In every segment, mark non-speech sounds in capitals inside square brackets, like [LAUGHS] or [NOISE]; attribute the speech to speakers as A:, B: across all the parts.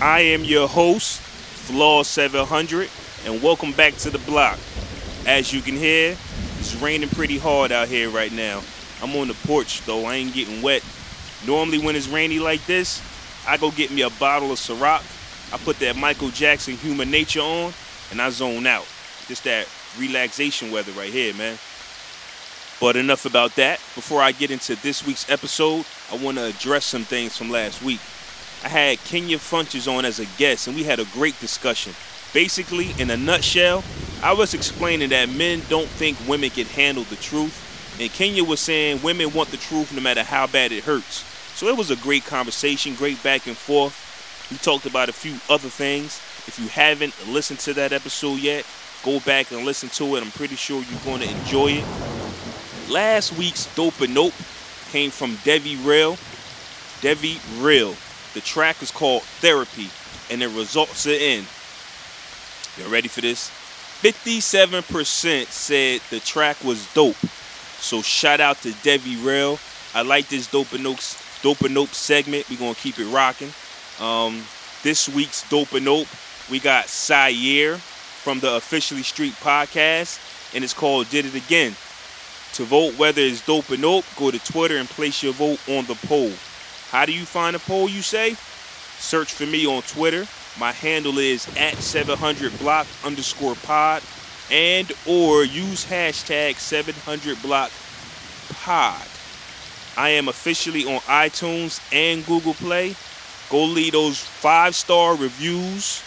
A: I am your host, Flaw 700, and welcome back to the block. As you can hear, it's raining pretty hard out here right now. I'm on the porch though, I ain't getting wet. Normally, when it's rainy like this, I go get me a bottle of Ciroc. I put that Michael Jackson Human Nature on, and I zone out. Just that relaxation weather right here, man. But enough about that. Before I get into this week's episode, I want to address some things from last week. I had Kenya Funches on as a guest, and we had a great discussion. Basically, in a nutshell, I was explaining that men don't think women can handle the truth, and Kenya was saying women want the truth no matter how bad it hurts. So it was a great conversation, great back and forth. We talked about a few other things. If you haven't listened to that episode yet, go back and listen to it. I'm pretty sure you're going to enjoy it. Last week's Dope and Nope came from Devi Real. Devi Real. The track is called Therapy, and the results are in. You ready for this? 57% said the track was dope. So shout out to Devi Rail. I like this Dope and Nope, dope and nope segment. We're going to keep it rocking. Um, this week's Dope and Nope, we got Sire from the Officially Street podcast, and it's called Did It Again. To vote whether it's dope or nope, go to Twitter and place your vote on the poll. How do you find a poll, you say? Search for me on Twitter. My handle is at 700block underscore pod and or use hashtag 700block pod. I am officially on iTunes and Google Play. Go leave those five-star reviews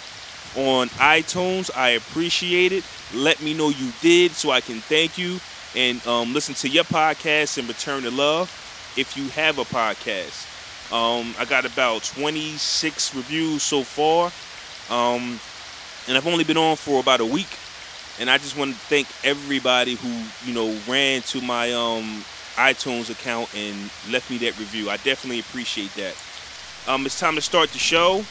A: on iTunes. I appreciate it. Let me know you did so I can thank you and um, listen to your podcast and return the love if you have a podcast. Um, I got about 26 reviews so far, um, and I've only been on for about a week. And I just want to thank everybody who you know ran to my um, iTunes account and left me that review. I definitely appreciate that. Um, it's time to start the show.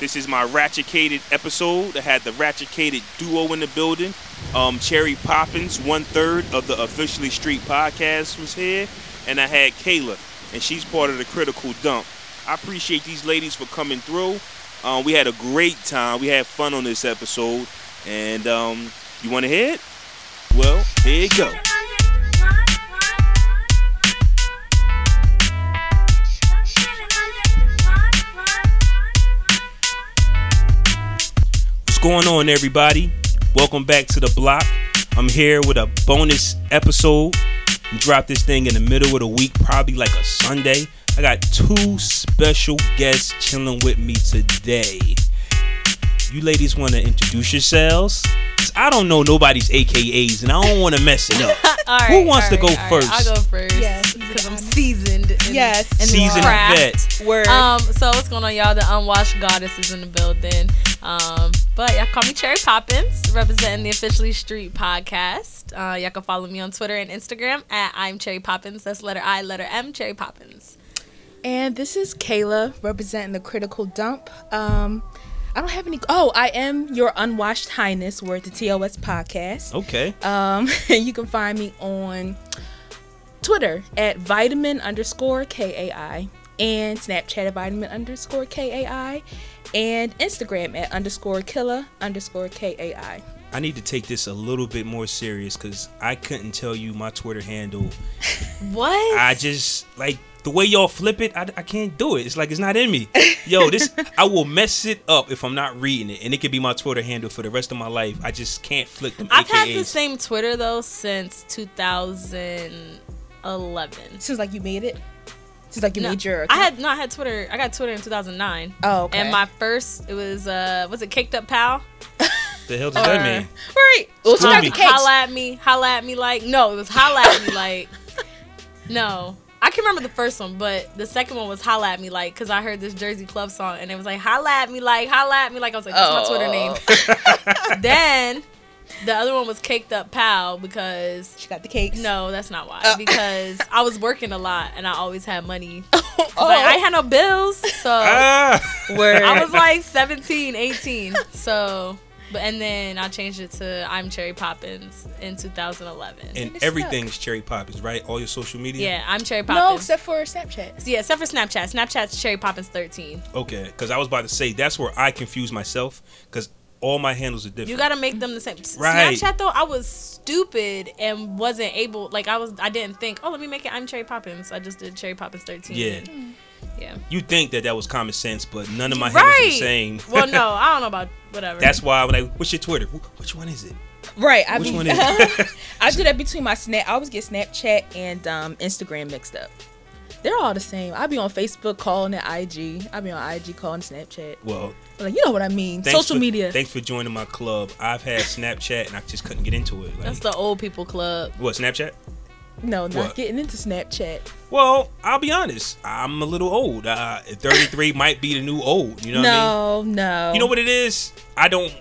A: This is my Ratchicated episode. I had the Ratchicated duo in the building. Um, Cherry Poppins, one third of the Officially Street podcast, was here, and I had Kayla and she's part of the critical dump. I appreciate these ladies for coming through. Um, we had a great time. We had fun on this episode, and um, you want to hear it? Well, here you go. What's going on, everybody? Welcome back to the block. I'm here with a bonus episode we drop this thing in the middle of the week, probably like a Sunday. I got two special guests chilling with me today. You ladies want to introduce yourselves? 'Cause I don't know nobody's AKAs and I don't want to mess it up.
B: All right,
A: Who wants
B: all
A: to go
B: right, all right.
A: first?
B: I'll go first.
C: Yes,
B: because I'm
C: Brianna.
B: seasoned. In,
C: Yes.
B: in this
A: Seasoned
B: craft.
A: vet.
C: Word.
B: Um, so what's going on, y'all? The unwashed goddess is in the building. Um, but y'all call me Cherry Poppins, representing the Officially Street podcast. Uh, y'all can follow me on Twitter and Instagram at I'm Cherry Poppins. That's letter I, letter M, Cherry Poppins.
C: And this is Kayla representing the critical dump. Um, I don't have any. Oh, I am your unwashed highness. We're at the TOS podcast.
A: Okay.
B: Oh.
C: Um, [LAUGHS] and you can find me on Twitter at vitamin underscore KAI and Snapchat at vitamin underscore KAI and Instagram at underscore killer underscore KAI.
A: I need to take this a little bit more serious because I couldn't tell you my Twitter handle.
B: What?
A: I just like the way y'all flip it. I, I can't do it. It's like it's not in me. Yo, this I will mess it up if I'm not reading it, and it could be my Twitter handle for the rest of my life. I just can't flip them.
B: I've had
A: AKAs.
B: the same Twitter though since 2000. 2011.
C: Since like you made it. Since like you
B: No,
C: made your.
B: I had no, I had Twitter. I got Twitter in 2009.
C: Oh, okay.
B: And my first, it was uh, was it Caked Up Pal?
A: The hell does that
B: Or-
A: mean?
C: right. Well, she
A: Screw
C: got
A: me.
C: the cakes.
B: Holla at me, holla at me like no, it was holla at me like
C: [LAUGHS]
B: no. I can remember the first one, but the second one was holla at me like because I heard this Jersey Club song and it was like holla at me like holla at me like I was like that's my Twitter name.
C: Oh.
B: [LAUGHS]
C: [LAUGHS]
B: then the other one was caked up pal because
C: She got the cakes.
B: no, that's not why.
C: Oh.
B: Because I was working a lot and I always had
C: [LAUGHS]
B: money. 'Cause
C: oh,
B: I, I had no bills,
C: [LAUGHS]
B: so
A: Ah, [LAUGHS]
C: word.
B: I was like 17, 18. So, but and then I changed it to I'm Cherry Poppins in 2011.
A: and
C: it's
A: everything's cherry poppins, right? All your social media.
B: yeah, I'm Cherry
C: [LAUGHS] no,
B: Poppins.
C: except for Snapchat.
B: yeah, except for Snapchat. Snapchat's Cherry Poppins 13.
A: Okay, because I was about to say that's where I confuse myself because all my handles are different.
B: You gotta make them the same. S-
A: Right.
B: Snapchat though, I was stupid and wasn't able. Like I was, I didn't think. Oh, let me make it. I'm Cherry Poppins. I just did Cherry Poppins 13.
A: yeah,
B: Mm, yeah.
A: you think that that was common sense, but none of my handles are
B: Right.
A: the same.
B: well, no, I don't know about
A: [LAUGHS]
B: whatever.
A: That's why when I what's your Twitter? Wh- Which one is it?
C: Right. I
A: Which
C: be- [LAUGHS]
A: one is
B: [LAUGHS]
A: it?
C: I do that between my snap. I always get Snapchat and um, Instagram mixed up. They're all the same. I be on Facebook calling it IG. I be on IG calling it Snapchat.
A: well,
C: Like you know what I mean.
A: thanks
C: Social
A: for-
C: media.
A: Thanks for joining my club. I've had Snapchat and I just couldn't get into it. Like,
B: That's the old people club.
A: what Snapchat?
C: no, not
A: What?
C: getting into Snapchat.
A: Well, I'll be honest. I'm a little old. Uh, 33 [LAUGHS] might be the new old. You know what I mean?
C: No, no.
A: You know what it is? I don't.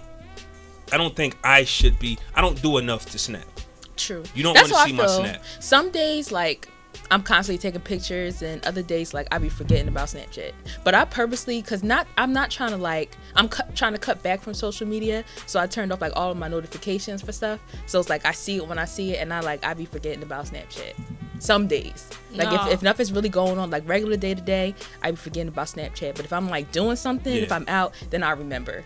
A: I don't think I should be. I don't do enough to snap.
C: True.
A: You don't
C: That's
A: wanna
C: how
A: see
C: I
A: my
C: feel.
A: snap.
C: Some days like I'm constantly taking pictures, and other days like I be forgetting about Snapchat. But I purposely, cause not I'm not trying to like I'm cut trying to cut back from social media, so I turned off like all of my notifications for stuff. So it's like I see it when I see it, and I like I be forgetting about Snapchat. Some days, like
B: No.
C: if, if nothing's really going on, like regular day to day, I be forgetting about Snapchat. But if I'm like doing something, if
A: Yeah.
C: I'm out, then I remember.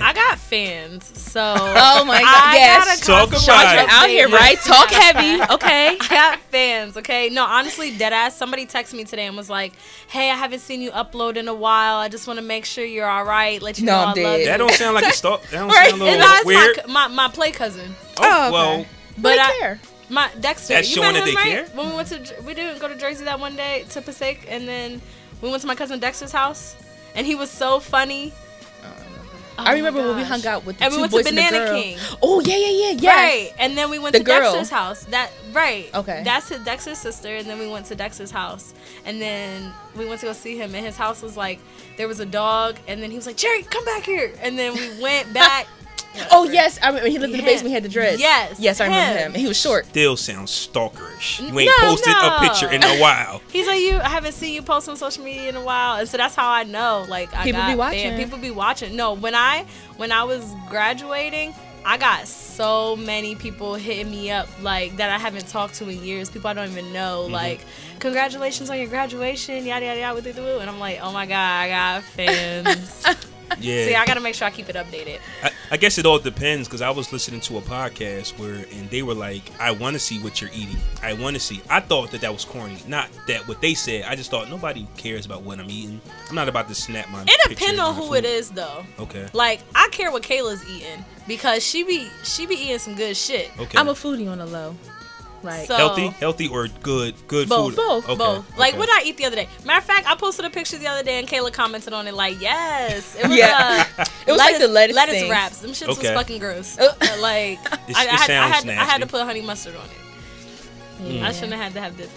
B: I got fans, so
C: [LAUGHS] Oh my God,
B: I
C: yes.
B: gotta
A: Talk
B: concentrate.
A: about
C: You're
A: it.
C: out here,
B: Yes.
C: right? Talk heavy, [LAUGHS] okay?
B: [LAUGHS] I got fans, okay? No, honestly, dead ass. Somebody texted me today and was like, "Hey, I haven't seen you upload in a while. I just want to make sure you're all right. Let you
C: No,
B: know
C: I'm
B: I
C: dead.
B: love you." [LAUGHS]
A: That don't sound like a stalk. That don't
C: Right.
A: sound a
B: and
A: little
B: that's
A: weird.
B: my, my my play cousin,
A: Oh,
C: okay.
A: well,
B: but
C: Really
B: I, Oh
C: care.
B: my Dexter.
A: That's
B: you
A: showing
B: met
A: that
B: him,
A: they
B: right?
A: care?
B: When we went to Jer- we didn't go to Jersey that one day to Passaic, and then we went to my cousin Dexter's house, and he was so funny. Oh
C: I
B: my
C: remember when we
B: gosh.
C: hung out with the
B: And we
C: two
B: went to
C: boys and the
B: Banana
C: girl.
B: King.
C: Oh yeah, yeah, yeah, yes.
B: Right. And then we went
C: The
B: to
C: girl.
B: Dexter's house. That right.
C: Okay.
B: That's his Dexter's sister. And then we went to Dexter's house. And then we went to go see him. And his house was like there was a dog. And then he was like, Jerry, come back here. And then we went
C: [LAUGHS]
B: back.
C: Oh yes, I remember. He lived in the
B: Him.
C: basement. He had the dreads.
B: Yes,
C: Yes, I remember
B: him.
C: him. He was short.
A: still sounds stalkerish. You
B: No,
A: ain't posted
B: no.
A: a picture in a while.
B: He's like, you. I haven't seen you post on social media in a while, and so that's how I know. Like, I
C: People
B: got
C: be watching.
B: fan- People be watching. No, when I when I was graduating, I got so many people hitting me up like that I haven't talked to in years. People I don't even know. Like, congratulations on your graduation, yada yada yada, woo, woo, woo. and I'm like, oh my god, I got
C: [LAUGHS]
B: fans. so
A: Yeah.
B: yeah, I gotta make sure I keep it updated.
A: I, I guess it all depends because I was listening to a podcast where, and they were like, "I want to see what you're eating. I want to see." I thought that that was corny. Not that what they said. I just thought nobody cares about what I'm eating. I'm not about to snap my.
B: It
A: picture Oh.
B: depends
A: of
B: on
A: my
B: who
A: food.
B: it is, though.
A: Okay.
B: Like, I care what Kayla's eating because she be she be eating some good shit.
A: Okay.
C: I'm a foodie on the low. Like
B: So-
A: healthy, healthy, or good, good
B: Both,
A: food.
B: both,
A: Okay,
B: both. Like
A: okay.
B: what did I eat the other day? Matter of fact, I posted a picture the other day and Kayla commented on it like, yes, it was.
C: [LAUGHS] Yeah.
B: Uh,
C: [LAUGHS] it was like the lettuce,
B: lettuce
C: things. Oh.
B: wraps. Them shits was
A: Okay.
B: fucking gross.
C: Ugh.
B: But, like
A: It-
B: I, I
A: it
B: had, I
A: sounds
B: had, I had to
A: nasty.
B: put honey mustard on it.
C: Mm.
B: I shouldn't have had to have did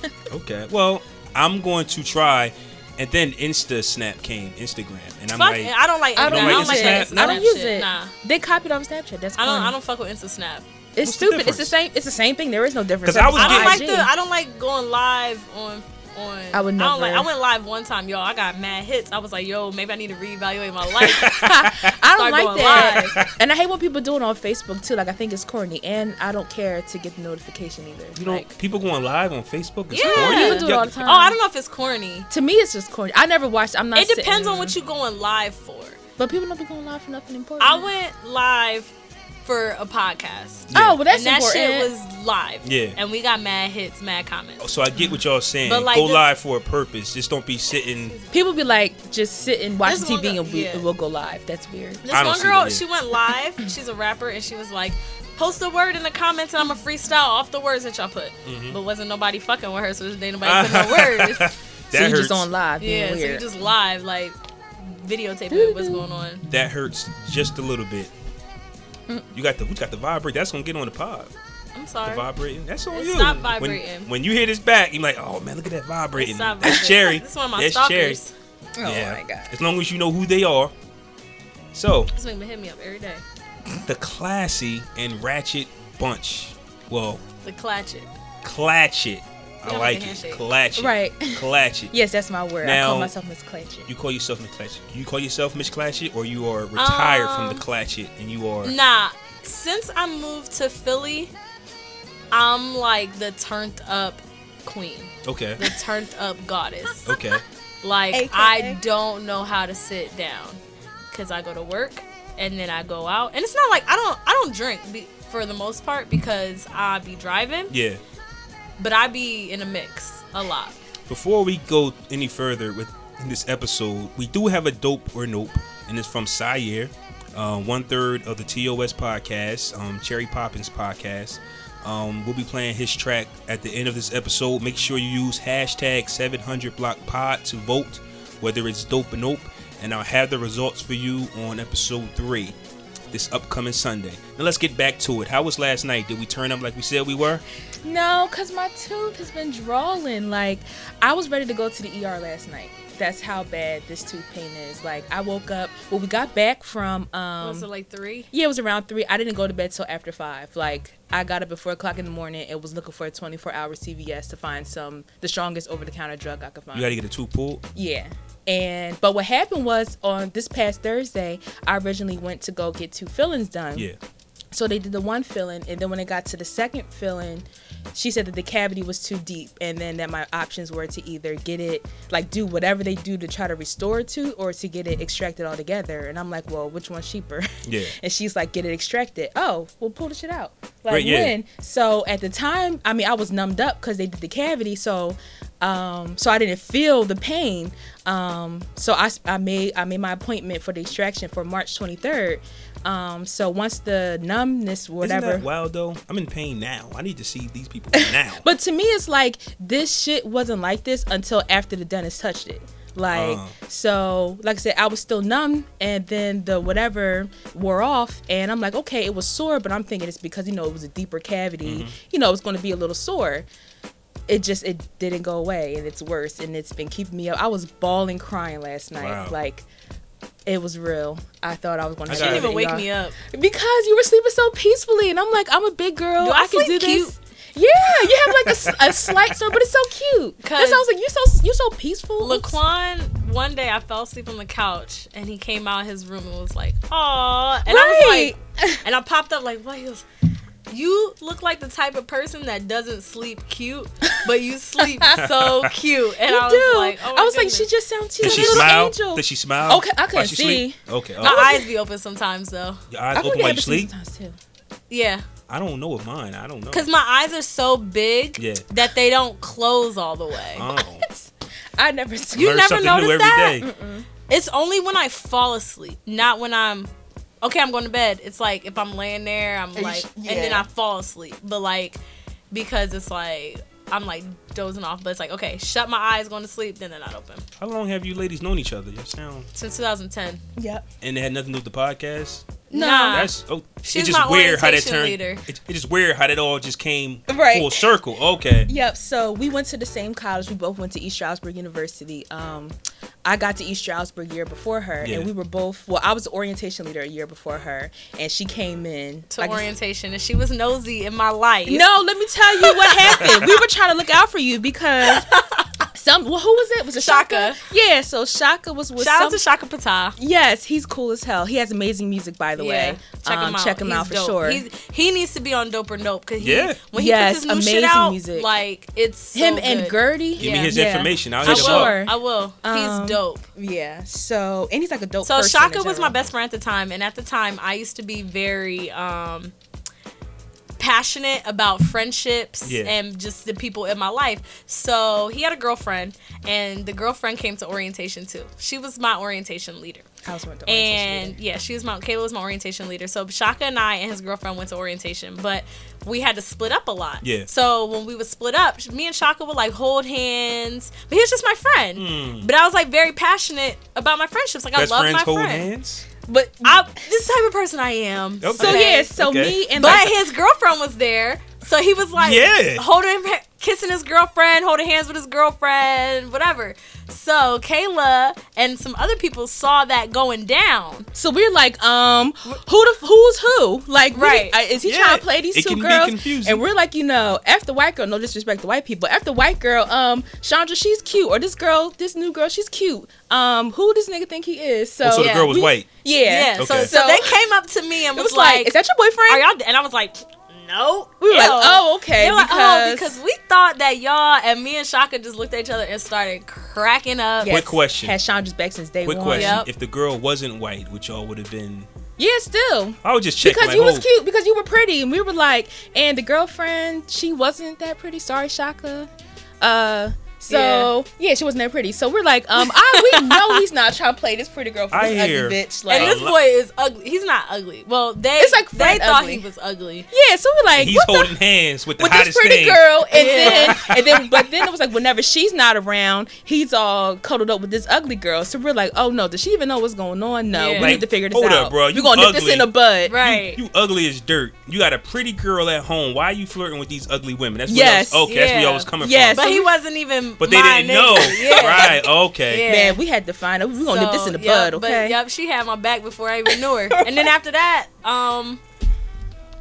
B: that.
A: Okay. Well, I'm going to try, and then Insta Snap came, Instagram, and I'm
B: Fuck
A: like,
B: it. I don't like.
C: [LAUGHS]
B: that.
C: I don't,
A: You don't
C: use
A: like
B: like
C: it.
B: that
A: Snap?
C: I
B: Snapchat.
C: don't use it. Mm.
B: Nah.
C: They copied on Snapchat. That's
B: I don't.
C: corny.
B: I don't fuck with Insta Snap.
C: It's
A: What's the
C: stupid. it's the
A: difference?
C: same. It's the same thing. There is no
A: 'Cause
C: difference.
A: I was
B: I don't like
A: getting-
B: the. I don't like going live on. On,
C: I would
B: I, don't like, I
C: never.
B: went live one time, y'all. I got mad hits. I was like, yo, maybe I need to reevaluate
C: [LAUGHS]
B: my life.
C: [LAUGHS] I don't
B: Start
C: like
B: going
C: that. and I hate what people do it on Facebook too. Like I think it's corny, and I don't care to get the notification either.
A: you know,
C: Like,
A: people going live on Facebook. Is
B: Yeah.
A: corny.
B: People do
C: it
A: Yo,
C: all the time.
B: Oh, I don't know if it's corny.
C: to me, it's just corny. I never watched. I'm not.
B: It depends
C: sitting-
B: on what you going live for.
C: But people don't be going live for nothing important.
B: I went live for a podcast.
C: Oh, well, that's
B: and that
C: important.
B: shit was live.
A: Yeah. Oh,
B: And we got mad hits, mad comments.
A: So I get what y'all saying.
B: But, like,
A: Go
B: this-
A: live for a purpose. Just don't be sitting.
C: People be like, just sit and watch
B: This
C: TV
B: one-
C: and, we,
B: yeah.
C: and we'll go live. That's weird.
B: This
A: I don't
B: one
A: see
B: girl,
C: [LAUGHS]
A: that, yeah.
B: she went live. She's a rapper, and she was like, post a word in the comments and I'm going to freestyle off the words that y'all put.
A: Mm-hmm.
B: But wasn't nobody fucking with her, so there ain't nobody put
A: [LAUGHS]
B: no words.
A: That
C: so you
A: hurts.
C: just on live.
B: Yeah,
C: being
B: so you
C: weird.
B: just live, like, videotaping what's going on.
A: that hurts just a little bit. You got the we got the vibrate. That's gonna get on the pod.
B: I'm
A: The
B: Mm. sorry.
A: vibrating. That's on
B: It's
A: you.
B: not
A: When-
B: vibrating.
A: When, you hear this back, you're like, oh man, look at that vibrating.
B: It's not
A: That's
B: vibrating.
A: Cherry.
B: This is one of my
A: That's Cherry.
B: stalkers.
C: oh
A: yeah.
C: my god.
A: As long as you know who they are. So
B: This make me hit me up every day.
A: the classy and ratchet bunch. Well,
B: The clatchet.
A: clatchet. I
B: Yeah,
A: like
B: like a
A: it.
B: handshake.
A: Clatchet.
C: Right.
A: Clatchet.
C: Yes, that's my word. I
A: Now-
C: call myself Miss Clatchet.
A: You call yourself Miss Clatchet. You call yourself Miss Clatchet, or you are retired from
B: Um,
A: the Clatchet, and you are
B: Nah, since I moved to Philly, I'm like the turned up queen,
A: okay,
B: the turned up
C: [LAUGHS]
B: goddess.
A: okay.
B: Like
C: AKA.
B: I don't know how to sit down cuz I go to work and then I go out. And it's not like I don't I don't drink be, for the most part because I be driving,
A: Yeah.
B: but I be in a mix a lot.
A: Before we go any further with in this episode, we do have a dope or nope, and it's from Sire, uh, one third of the TOS podcast, um, Cherry Poppins podcast. Um, we'll be playing his track at the end of this episode. Make sure you use hashtag 700BlockPod to vote, whether it's dope or nope, and I'll have the results for you on episode three this upcoming Sunday. Now let's get back to it. How was last night? Did we turn up like we said we were?
C: No, cause my tooth has been drawing. Like I was ready to go to the ER last night. That's how bad this tooth pain is. Like I woke up. Well, we got back from. um
B: Was it like 3?
C: Yeah, it was around three. I didn't go to bed till after five. Like I got up at four o'clock in the morning and was looking for a twenty-four hour CVS to find some the strongest over-the-counter drug I could find.
A: You got to get a two pull.
C: Yeah. And but what happened was on this past Thursday, I originally went to go get two fillings done.
A: Yeah.
C: So they did the one filling, and then when it got to the second filling, she said that the cavity was too deep, and then that my options were to either get it, like do whatever they do to try to restore it to, or to get it extracted altogether. And I'm like, well, which one's cheaper?
A: Yeah.
C: [LAUGHS] and she's like, get it extracted. Oh, well, pull the shit out. Like
A: Right, yeah.
C: when? So at the time, I mean, I was numbed up because they did the cavity, so um, so I didn't feel the pain. Um, so I, s- I made I made my appointment for the extraction for March 23rd. Um, so once the numbness, whatever.
A: Isn't that wild though? I'm in pain now. I need to see these
C: [LAUGHS]
A: people now.
C: But to me, it's like this shit wasn't like this until after the dentist touched it. Like
A: Uh.
C: so, like I said, I was still numb, and then the whatever wore off, and I'm like, okay, it was sore, but I'm thinking it's because you know it was a deeper cavity.
A: Mm-hmm.
C: You know, it's going to be a little sore. It just it didn't go away, and it's worse, and it's been keeping me up. I was bawling, crying last night,
A: Wow.
C: like. It was real. I thought I was going to.
A: She
B: She
A: Uh,
B: didn't even wake me up.
C: Because you were sleeping so peacefully, and I'm like, I'm a big girl.
B: Do I
C: I, can do
B: sleep
C: this. Yeah, you have like a s- a, slight sore, but it's so cute. That's why I was like, you so you so peaceful.
B: Laquan, one day I fell asleep on the couch and he came out of his room and was like, "Aw," and I
C: right?
B: was like, and I popped up like, "What?" He goes, "You look like the type of person that doesn't sleep cute, but you
C: [LAUGHS]
B: sleep so cute." And
C: you
B: I was
C: do.
B: like, oh my
C: I was
B: goodness."
C: like, she just sounds. She's
A: Did
C: a
A: she
C: little
A: smile?
C: angel.
A: Did she smile?
C: Okay, I
A: while
C: couldn't
A: she sleep?
C: see.
A: Okay.
B: My
A: oh.
B: eyes be open sometimes though.
A: Your eyes
C: I
A: open while you
C: forget
A: sleep.
C: sometimes too.
B: Yeah,
A: I don't know with mine. I don't know.
B: cause my eyes are so big
A: Yeah.
B: that they don't close all the way.
C: [LAUGHS] Uh-huh.
A: Oh.
C: I never. See.
B: You
A: Learn
B: never
A: something
B: noticed
A: new every
B: that?
A: day.
B: It's only when I fall asleep, not when I'm okay. I'm going to bed. It's like if I'm laying there, I'm like,
C: sh-
B: and then
C: yeah.
B: I fall asleep. But like, because it's like I'm like dozing off. But it's like okay, shut my eyes, going to sleep, then they're not open
A: How long have you ladies known each other? You sound
B: since 2010.
C: Yep.
A: and it had nothing to do with the podcast.
B: No,
C: Uh,
A: That's oh,
B: She's
A: it's just
B: my
A: weird how that
B: orientation
A: turned.
B: leader.
A: It, it's just weird how that all just came
C: Right.
A: full circle. Okay.
C: Yep. So we went to the same college. We both went to East Stroudsburg University. Um, I got to East Stroudsburg year before her,
A: Yeah.
C: and we were both. Well, I was the orientation leader a year before her, and she came in
B: to
C: like,
B: orientation, and she was nosy in my life.
C: No, let me tell you
B: [LAUGHS]
C: what happened. we were trying to look out for you because some. Well, who was it? Was it Shaka?
B: Shaka.
C: Yeah. So Shaka was with
B: shout out to
C: some.
B: Shaka Patah.
C: yes, he's cool as hell. He has amazing music, by the
B: Yeah,
C: way.
B: check
C: Um,
B: him out.
C: Check him
B: He's
C: out for
B: dope.
C: sure.
B: He's, he needs to be on Dope or Nope because
A: Yeah.
B: when
C: Yes,
B: he puts his new shit
C: amazing
B: out,
C: music.
B: like it's so
C: him and
B: good.
C: Gertie.
A: Give me
B: Yeah.
A: his
C: Yeah.
A: information. I'll
B: I
A: hit
B: will.
A: him up.
C: sure.
B: I will.
C: Um,
B: He's dope.
C: Yeah. So and he's like a dope.
B: So
C: person in
B: Shaka was
C: general.
B: my best friend at the time, and at the time I used to be very um passionate about friendships
A: Yeah.
B: and just the people in my life. So he had a girlfriend, and the girlfriend came to orientation too. She was my orientation leader.
C: I was went to
B: And
C: orientation.
B: yeah, she was my Kayla was my orientation leader. So Shaka and I and his girlfriend went to orientation, but we had to split up a lot.
A: Yeah.
B: So when we would split up, me and Shaka would like hold hands, but he was just my friend. But I was like very passionate about my friendships. Like
A: Hmm. Best
B: I love
A: friends
B: my
A: hold
B: friend.
A: hands.
C: But
B: I, this is the type of person I am.
A: Okay.
C: so yeah, so
A: Okay.
C: me and
B: But
C: like,
B: his girlfriend was there, so he was like,
A: Yeah.
B: holding, kissing his girlfriend, holding hands with his girlfriend, whatever. So Kayla and some other people saw that going down.
C: so we're like, um, who the who's who? Like, we-
B: Right.
C: uh, is he
A: Yeah,
C: trying to play these
A: it
C: two
A: can be
C: girls?
A: confusing.
C: And we're like, you know, after white girl, no disrespect to white people, after white girl, um, Chandra, she's cute, or this girl, this new girl, she's cute. Um, who does nigga think he is? So,
A: Oh, so
B: Yeah.
A: the girl was
C: we-
A: white.
B: Yeah.
C: yeah,
A: Okay.
B: So, so they came up to me and
C: It
B: was,
C: was like, is that your boyfriend?
B: Are y'all? And I was like, no.
C: We were like, oh, okay,
B: They were like, oh,
C: because-
B: because we thought that y'all and me and Shaka just looked at each other and started cracking up.
C: Yes.
A: Quick question.
C: Had Chandra's back since day
A: Quick
C: one.
A: question:
B: Yep.
A: If the girl wasn't white, which y'all would have been,
C: Yeah, still.
A: I would just check.
C: because
A: like,
C: you was
A: oh,
C: cute, because you were pretty, and we were like, and the girlfriend, she wasn't that pretty. Sorry, Shaka. Uh, so yeah. she wasn't that pretty. So we're like, um, I
B: [LAUGHS]
C: we know he's not trying to play this pretty girl for
A: I
C: this ugly
A: hear.
C: bitch. Like,
B: And this
A: lo-
B: boy is ugly. He's not ugly. Well, they
C: It's like
B: they
C: Fred
B: thought
C: ugly.
B: he was
C: [LAUGHS]
B: ugly.
C: yeah, so we're like,
A: He's
C: what the
A: holding hands with the
C: with this
A: hottest
C: pretty
A: thing.
C: girl, and
B: Yeah.
C: then and then but then it was like whenever she's not around, he's all cuddled up with this ugly girl. So we're like, oh no, does she even know what's going on? No,
B: Yeah.
C: we
B: Like,
C: need to figure this
A: hold
C: out.
A: up, bro, you
C: we're gonna nip this
A: ugly.
C: in the bud.
B: Right.
A: You ugly as dirt. You got a pretty girl at home. Why are you flirting with these ugly women? That's where
C: Yes.
A: y'all was- okay, that's where
B: Yeah.
A: y'all was coming
C: Yes.
A: from.
B: but he wasn't even.
A: But they
B: my
A: didn't
B: nigga.
A: know.
B: [LAUGHS] Yeah.
A: Right. Okay.
B: Yeah.
C: Man, we had to find out. We're gonna nip this in the
B: yup,
C: bud,
B: but,
C: okay?
B: Yep, she had my back before I even
C: [LAUGHS]
B: knew her. And then after that, um,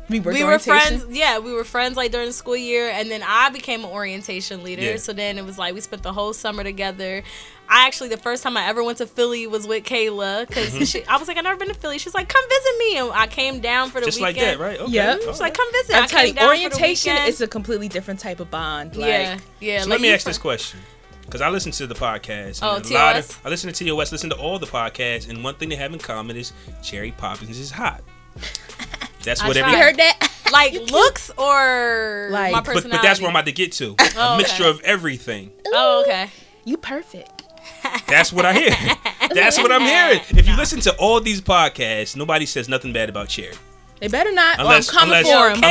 C: We were,
B: we were
C: orientation.
B: friends. Yeah, we were friends like during the school year, and then I became an orientation leader.
A: Yeah.
B: So then it was like we spent the whole summer together. I actually the first time I ever went to Philly was with Kayla because
A: Mm-hmm.
B: I was like I never been to Philly. She's like come visit me, and I came down for the
A: Just like
B: weekend.
A: that, right? Okay.
C: Yep.
A: All
B: She's
A: right.
B: like come visit.
C: I'm
B: I
C: telling
B: came
C: you,
B: down
C: orientation
B: for the
C: is a completely different type of bond. Like,
B: yeah, yeah.
A: So
B: like,
A: let me
B: you
A: ask
B: fri-
A: this question. Because I listen to the podcast.
B: Oh,
A: and a lot
B: TOS?
A: of, I listen to TOS, listen to all the podcasts, and one thing they have in common is Cherry Poppins is hot. That's
B: I
A: what every
B: tried.
C: You heard that? [LAUGHS]
B: Like looks or
C: Like-
B: my
C: But-
B: personality.
A: but, but that's where I'm about to get to. a
B: Oh, okay.
A: mixture of everything.
B: Oh, okay.
C: you perfect.
A: That's what I
B: [LAUGHS]
A: hear. That's what I'm hearing. If you listen to all these podcasts, nobody says nothing bad about Cherry.
C: They better not,
A: Unless-
C: or I'm coming
A: [LAUGHS] unless-
C: for
B: Kayla,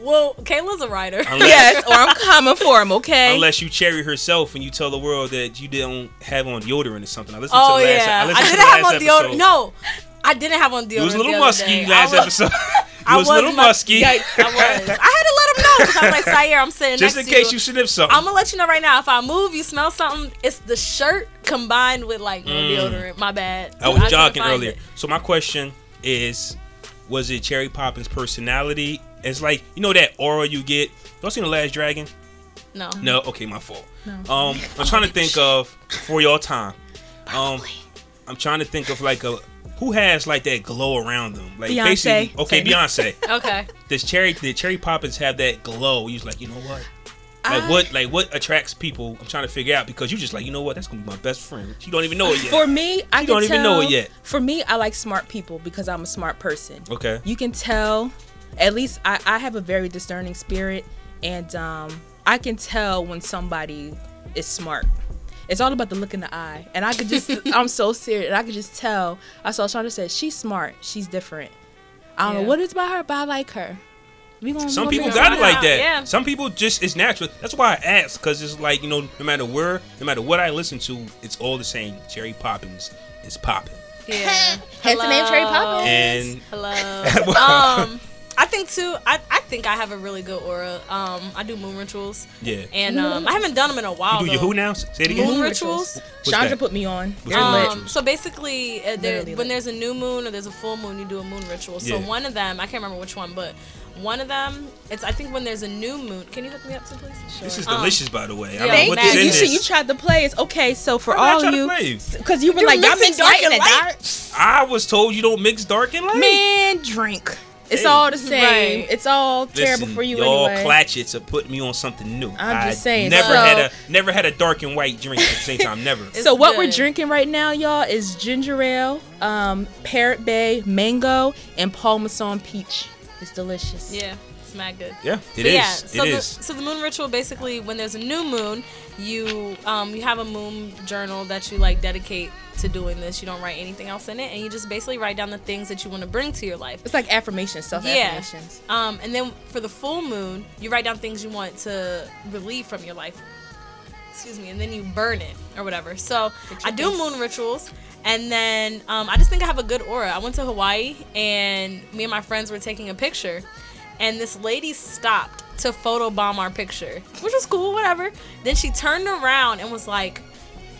A: Unless-
B: well, Kayla's a writer.
A: Unless,
C: Yes, or I'm coming for him. Okay.
A: unless you Cherry herself and you tell the world that you didn't have on deodorant or something. I listened
B: oh
A: to the last e-
B: yeah,
A: I,
B: I,
A: listened to
B: didn't
A: the
B: have
A: last
B: on
A: episode.
B: deodorant. No, I didn't have on deodorant.
A: You was a
B: the
A: little
B: other
A: musky
B: day.
A: last
B: I was,
A: episode.
B: [LAUGHS] I
A: You was a little musky.
B: Yikes, I was. I had to let him know because I was like, Sayer, I'm
A: [LAUGHS]
B: sitting
A: Just in
B: next
A: case
B: to
A: you
B: you.
A: sniff something.
B: I'm gonna let you know right now. If I move, you smell something. It's the shirt combined with like no deodorant. My bad.
A: Mm. I was
B: couldn't
A: jogging
B: find
A: earlier.
B: it.
A: So my question is, was it Cherry Poppins' personality? It's like you know that aura you get. Y'all seen the Last Dragon?
B: No.
A: No. Okay, my fault. Um, I'm trying to think of for your time. Um, I'm trying to think of like a who has like that glow around them. Like
C: Beyonce.
A: basically, okay,
C: Same.
A: Beyonce.
B: Okay.
A: Does Cherry did Cherry Poppins have that glow? You was like, you know what? Like
C: I-
A: what? Like what attracts people? I'm trying to figure out because you just like, you know what? That's gonna be my best friend. You don't even know it yet.
C: For me, I
A: You
C: can
A: don't even know
C: tell-
A: it yet.
C: For me, I like smart people because I'm a smart person.
A: okay.
C: You can tell. At least I, I have a very discerning spirit, and um, I can tell when somebody is smart. It's all about the look in the eye, and I could [LAUGHS] just—I'm so serious, and I could just tell. I saw Chandra said she's smart, she's different. I don't
B: Yeah.
C: know what it's about her, but I like her. We gonna.
A: Some
C: we
A: people
C: gonna
A: got it
B: find
A: like
B: out,
A: that.
B: yeah.
A: Some people just it's natural. That's why I ask because it's like you know, no matter where, no matter what I listen to, it's all the same. Cherry Poppins is popping.
B: Yeah.
C: Hence the name Cherry
B: Hello.
C: Poppins.
A: And [LAUGHS]
B: Hello.
C: Oh.
B: um, I think too. I, I think I have a really good aura. Um, I do moon rituals,
A: yeah,
B: and um, I haven't done them in a while.
A: you do your
B: though.
A: who now? Say it
B: Moon
A: again.
B: rituals.
A: What's
C: Chandra
A: that?
C: put me on.
A: What's
C: You're
A: that?
C: lit.
B: Um, so basically, uh, there,
C: Literally
B: when
C: lit.
B: there's a new moon or there's a full moon, you do a moon ritual. So
A: Yeah.
B: one of them, I can't remember which one, but one of them, it's I think when there's a new moon. Can you hook me up, too, please?
A: This
C: um,
A: is delicious, by the way. I
B: yeah,
A: don't know what this
B: Thank
C: you. You,
A: is.
B: Madness.
C: should- you tried to play. It's okay. So
A: I'm
C: for
A: not
C: all
A: trying to
C: you,
A: play.
C: because you were like, y'all mixing dark and light.
A: I was told you don't mix dark and light.
C: Man, drink. It's
A: Hey.
C: all the same.
B: Right.
C: It's all terrible
A: Listen,
C: for you
A: y'all
C: anyway.
A: Clatchets have put me on something new.
C: I'm just
A: I
C: saying,
A: Never
C: so-
A: had a never had a dark and white drink at the same time.
C: [LAUGHS]
A: Never.
C: so
B: It's
C: what we're
B: good.
C: drinking right now, y'all, is ginger ale, um, Parrot Bay mango, and Parmesan peach. It's delicious.
B: Yeah. It's mad good.
A: Yeah, it
B: But
A: is.
B: Yeah, so
A: it
B: the,
A: is.
B: So the moon ritual basically, when there's a new moon, you um, you have a moon journal that you like dedicate to doing this. You don't write anything else in it, and you just basically write down the things that you want to bring to your life.
C: It's like affirmations, self
B: Yeah.
C: affirmations.
B: Um, and then for the full moon, you write down things you want to relieve from your life. Excuse me. And then you burn it or whatever. So I do moon rituals. And then um, I just think I have a good aura. I went to Hawaii and me and my friends were taking a picture. And this lady stopped to photobomb our picture, which was cool, whatever. Then she turned around and was like,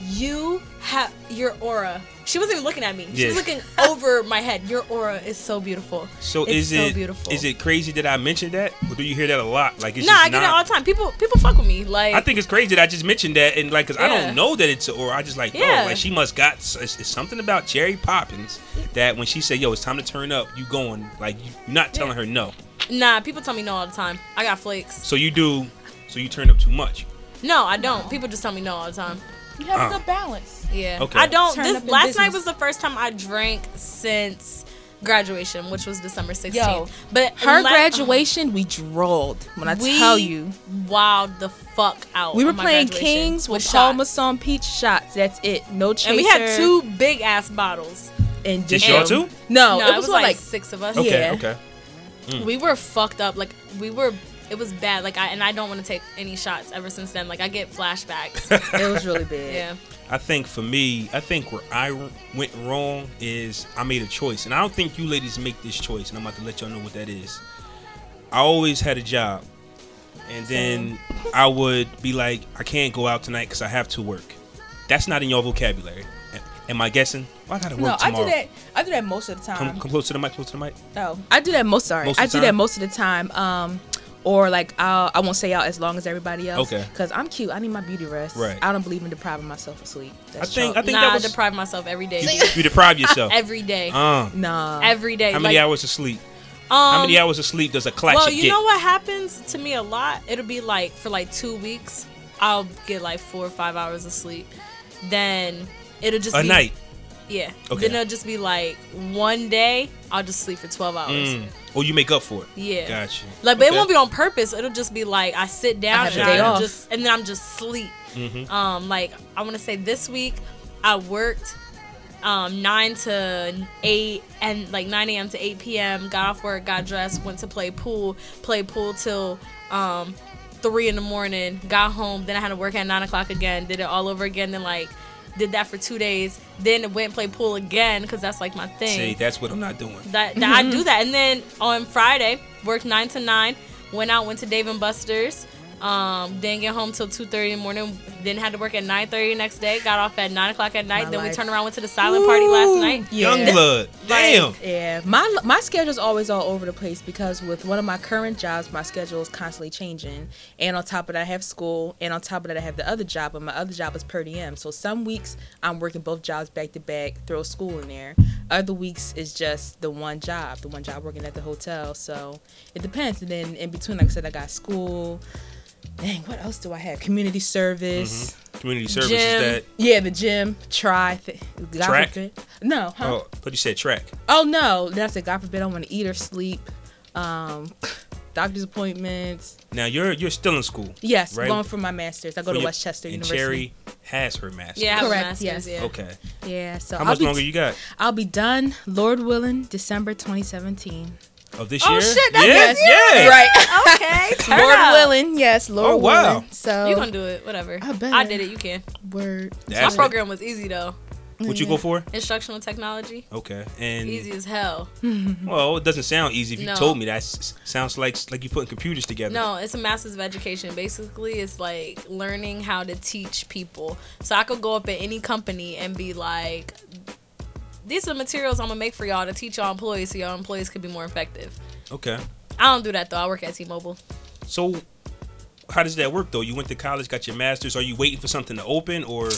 B: You have your aura. She wasn't even looking at me. She was
A: Yeah.
B: looking over my head. Your aura is so beautiful.
A: So
B: It's
A: is
B: so
A: it
B: beautiful.
A: is it crazy that I mentioned that, or do you hear that a lot? Like it's
B: No,
A: just
B: I get
A: not,
B: it all the time. People people fuck with me. Like
A: I think it's crazy that I just mentioned that, and like, cause I
B: Yeah.
A: don't know that it's, or I just like,
B: Yeah.
A: oh, like she must got it's, it's something about Jerry Poppins that when she said, "Yo, it's time to turn up," you going like you, you're not telling her no.
B: nah, people tell me no all the time. I got flakes.
A: So you do, so you turn up too much.
B: No, I don't. People just tell me no all the time.
C: You have a good balance.
B: Yeah.
A: Okay.
B: I don't
C: Turn
B: this
C: up in
B: last night
C: business.
B: was the first time I drank since graduation, which was December 16th.
C: Yo,
B: but
C: Her
B: la-
C: graduation, we drolled. When I
B: we
C: tell you,
B: wowed the fuck out.
C: we were
B: on my
C: playing
B: graduation
C: Kings with Paul
B: shots.
C: Masson peach shots. That's it. No chaser.
B: And we had two big ass bottles.
C: And
A: Just
C: jam.
A: y'all two?
C: No,
B: no,
C: Oh, it was, more
B: like,
C: like
B: six of us.
A: Okay,
C: Yeah.
A: okay.
B: we were fucked up like we were it was bad like i and i don't want to take any shots ever since then like i get
A: [LAUGHS]
B: flashbacks
C: it was really
B: [LAUGHS]
C: bad.
B: yeah
A: I think for me, I think where I went wrong is I made a choice, and I don't think you ladies make this choice, and I'm about to let y'all know what that is. I always had a job, and then I would be like, I can't go out tonight because I have to work. That's not in your vocabulary. A- Am I guessing? Well, I gotta
C: No,
A: work
C: I do
A: tomorrow.
C: that. I do that most of the time.
B: um,
A: Come, come close to the mic. Close to the mic.
C: Oh, I do that most. Sorry,
A: Most of
C: I
A: the
C: do
A: time?
C: that most of the time. Um, or like I'll, I won't stay out as long as everybody else.
A: Okay.
C: Because I'm cute. I need my beauty rest.
A: Right.
C: I don't believe in depriving myself of sleep. That's
A: I think. I
C: chalk.
A: think
B: nah,
A: that was
B: i deprive myself every day
A: you,
B: dude.
A: you
B: [LAUGHS]
A: deprive yourself.
B: every day
A: uh,
C: nah.
B: every day
A: how many
B: like,
A: hours of sleep?
B: um,
A: How many hours of sleep does a classic
B: well you
A: get?
B: know what happens to me a lot it'll be like for like two weeks i'll get like four or five hours of sleep then it'll just
A: A
B: be
A: night.
B: yeah
A: Okay.
B: then it'll just be like one day i'll just sleep for 12 hours
A: Mm. Or you make up for it.
B: Yeah.
A: Gotcha.
B: Like, but it
A: Okay.
B: won't be on purpose. It'll just be like I sit down
C: have
B: and
C: a day
B: I
C: off. Mm-hmm.
B: just and then I'm just sleep. Um, like I want to say this week I worked um nine to eight and like nine a.m. to eight p.m. Got off work, got dressed, went to play pool, played pool till um three in the morning. Got home, then I had to work at nine o'clock again. Did it all over again. Then like did that for two days. Then went and played pool again because that's like my thing
A: See, that's what I'm not doing.
B: that, that
C: Mm-hmm.
B: I do that. And then on Friday, worked nine to nine, went out, went to Dave and Buster's, um, didn't get home till two thirty in the morning. Then had to work at nine thirty the next day. Got off at nine o'clock at night.
C: My
B: then we
C: life.
B: turned around, went to the silent party last night.
C: Yeah.
A: Young blood. Damn.
C: Yeah, my my schedule's always all over the place because with one of my current jobs, my schedule is constantly changing. And on top of that, I have school, and on top of that, I have the other job, and my other job is per diem. So some weeks I'm working both jobs back to back, throw school in there. Other weeks it's just the one job, the one job working at the hotel. So it depends. And then in between, like I said, I got school. Dang, what else do I have? Community service.
A: Community service
B: Gym.
A: is that.
C: Yeah, the gym, try. Th- God
A: Track?
C: forbid- No, huh?
A: Oh, but you said track.
C: Oh no, that's it. God forbid I want to eat or sleep. Um, doctor's appointments.
A: Now you're you're still in school.
C: Yes,
A: Right.
C: going for my master's. I go
A: For
C: to
A: your-
C: Westchester
A: and
C: University.
A: Cherry has her master.
B: Yeah, I have a
C: Correct,
B: master's,
C: yes.
B: yeah.
A: Okay.
C: Yeah. So
A: How
C: I'll
A: much
C: be,
A: longer you got
C: I'll be done, Lord willing, December 2017.
A: of this
B: Oh,
A: year?
B: shit, that's
A: yes, yeah.
C: Right.
B: Okay,
C: [LAUGHS]
B: turn
C: Lord
B: up.
C: willing, yes, Lord
A: Oh, wow.
C: willing. So
B: You gonna do it? Whatever.
C: I bet.
B: I did it. You can.
C: word.
B: My
A: That's it.
B: program was easy though.
A: What you go for?
B: Instructional technology.
A: Okay. And
B: Easy as hell.
A: well, it doesn't sound easy. If you
B: No.
A: told me that s- sounds like like you putting computers together.
B: No, it's a master's of education. Basically, it's like learning how to teach people. So I could go up at any company and be like, these are the materials I'm gonna make for y'all to teach y'all employees so y'all employees could be more effective.
A: Okay.
B: I don't do that though. I work at T-Mobile.
A: So how does that work though? You went to college, got your master's. Are you waiting for something to open or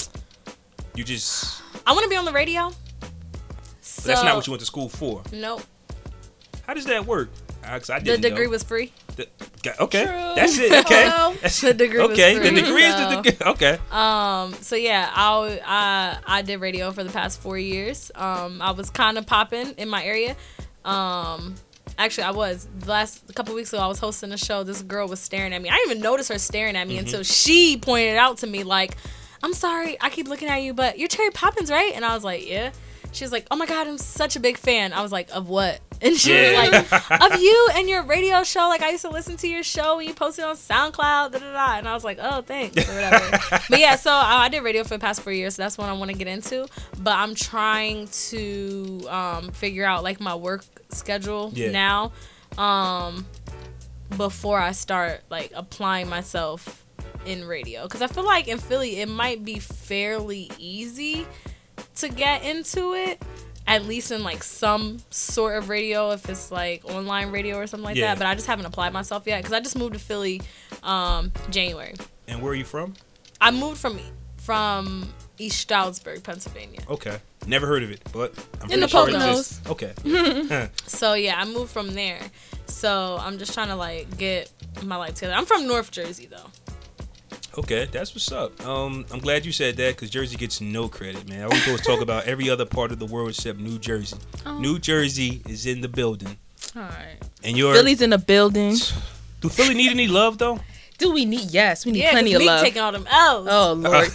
A: you just
B: I want to be on the radio. So,
A: but that's not what you went to school for?
B: Nope.
A: How does that work? Uh, 'cause I
B: The
A: didn't
B: degree
A: know.
B: was free.
A: The- got- okay, that's it.
B: [LAUGHS]
A: Okay, that's
B: The degree was
A: Okay,
B: free,
A: the degree is
B: so-
A: the degree. Okay,
B: So yeah, I I, I did radio for the past four years. Um, I was kind of popping in my area. Um, Actually, I was The last a couple weeks ago. I was hosting a show. This girl was staring at me. I didn't even notice her staring at me until she pointed it out to me. Like, I'm sorry, I keep looking at you, but you're Cherry Poppins, right? And I was like, yeah. She was like, oh my god, I'm such a big fan. I was like, of what? [LAUGHS] And she was like, of you and your radio show. Like I used to listen to your show when you posted on SoundCloud, da da da. And I was like, oh, thanks or whatever. but yeah, so uh, I did radio for the past four years. So that's what I want to get into. But I'm trying to um, figure out like my work schedule
A: Yeah.
B: now, um, before I start like applying myself in radio because I feel like in Philly it might be fairly easy to get into it. At least in like some sort of radio, if it's like online radio or something like
A: Yeah.
B: that. But I just haven't applied myself yet because I just moved to Philly, um, January.
A: And where are you from?
B: I moved from E, from East Stroudsburg, Pennsylvania.
A: Okay. Never heard of it, but I'm
B: In
A: pretty
B: the
A: sure it
B: Poconos.
A: exists. Okay. [LAUGHS]
B: So yeah, I moved from there. So I'm just trying to like get my life together. I'm from North Jersey though.
A: Okay, that's what's up. Um, I'm glad you said that because Jersey gets no credit, man. All we do is talk about every other part of the world except New Jersey.
B: Oh.
A: New Jersey is in the building,
C: All right.
A: and you're.
C: Philly's in the building.
A: do Philly need any love though?
C: Do we need? Yes, we need
B: Yeah, 'cause
C: plenty of
B: Meek
C: love.
B: taking all them L's.
C: Oh Lord.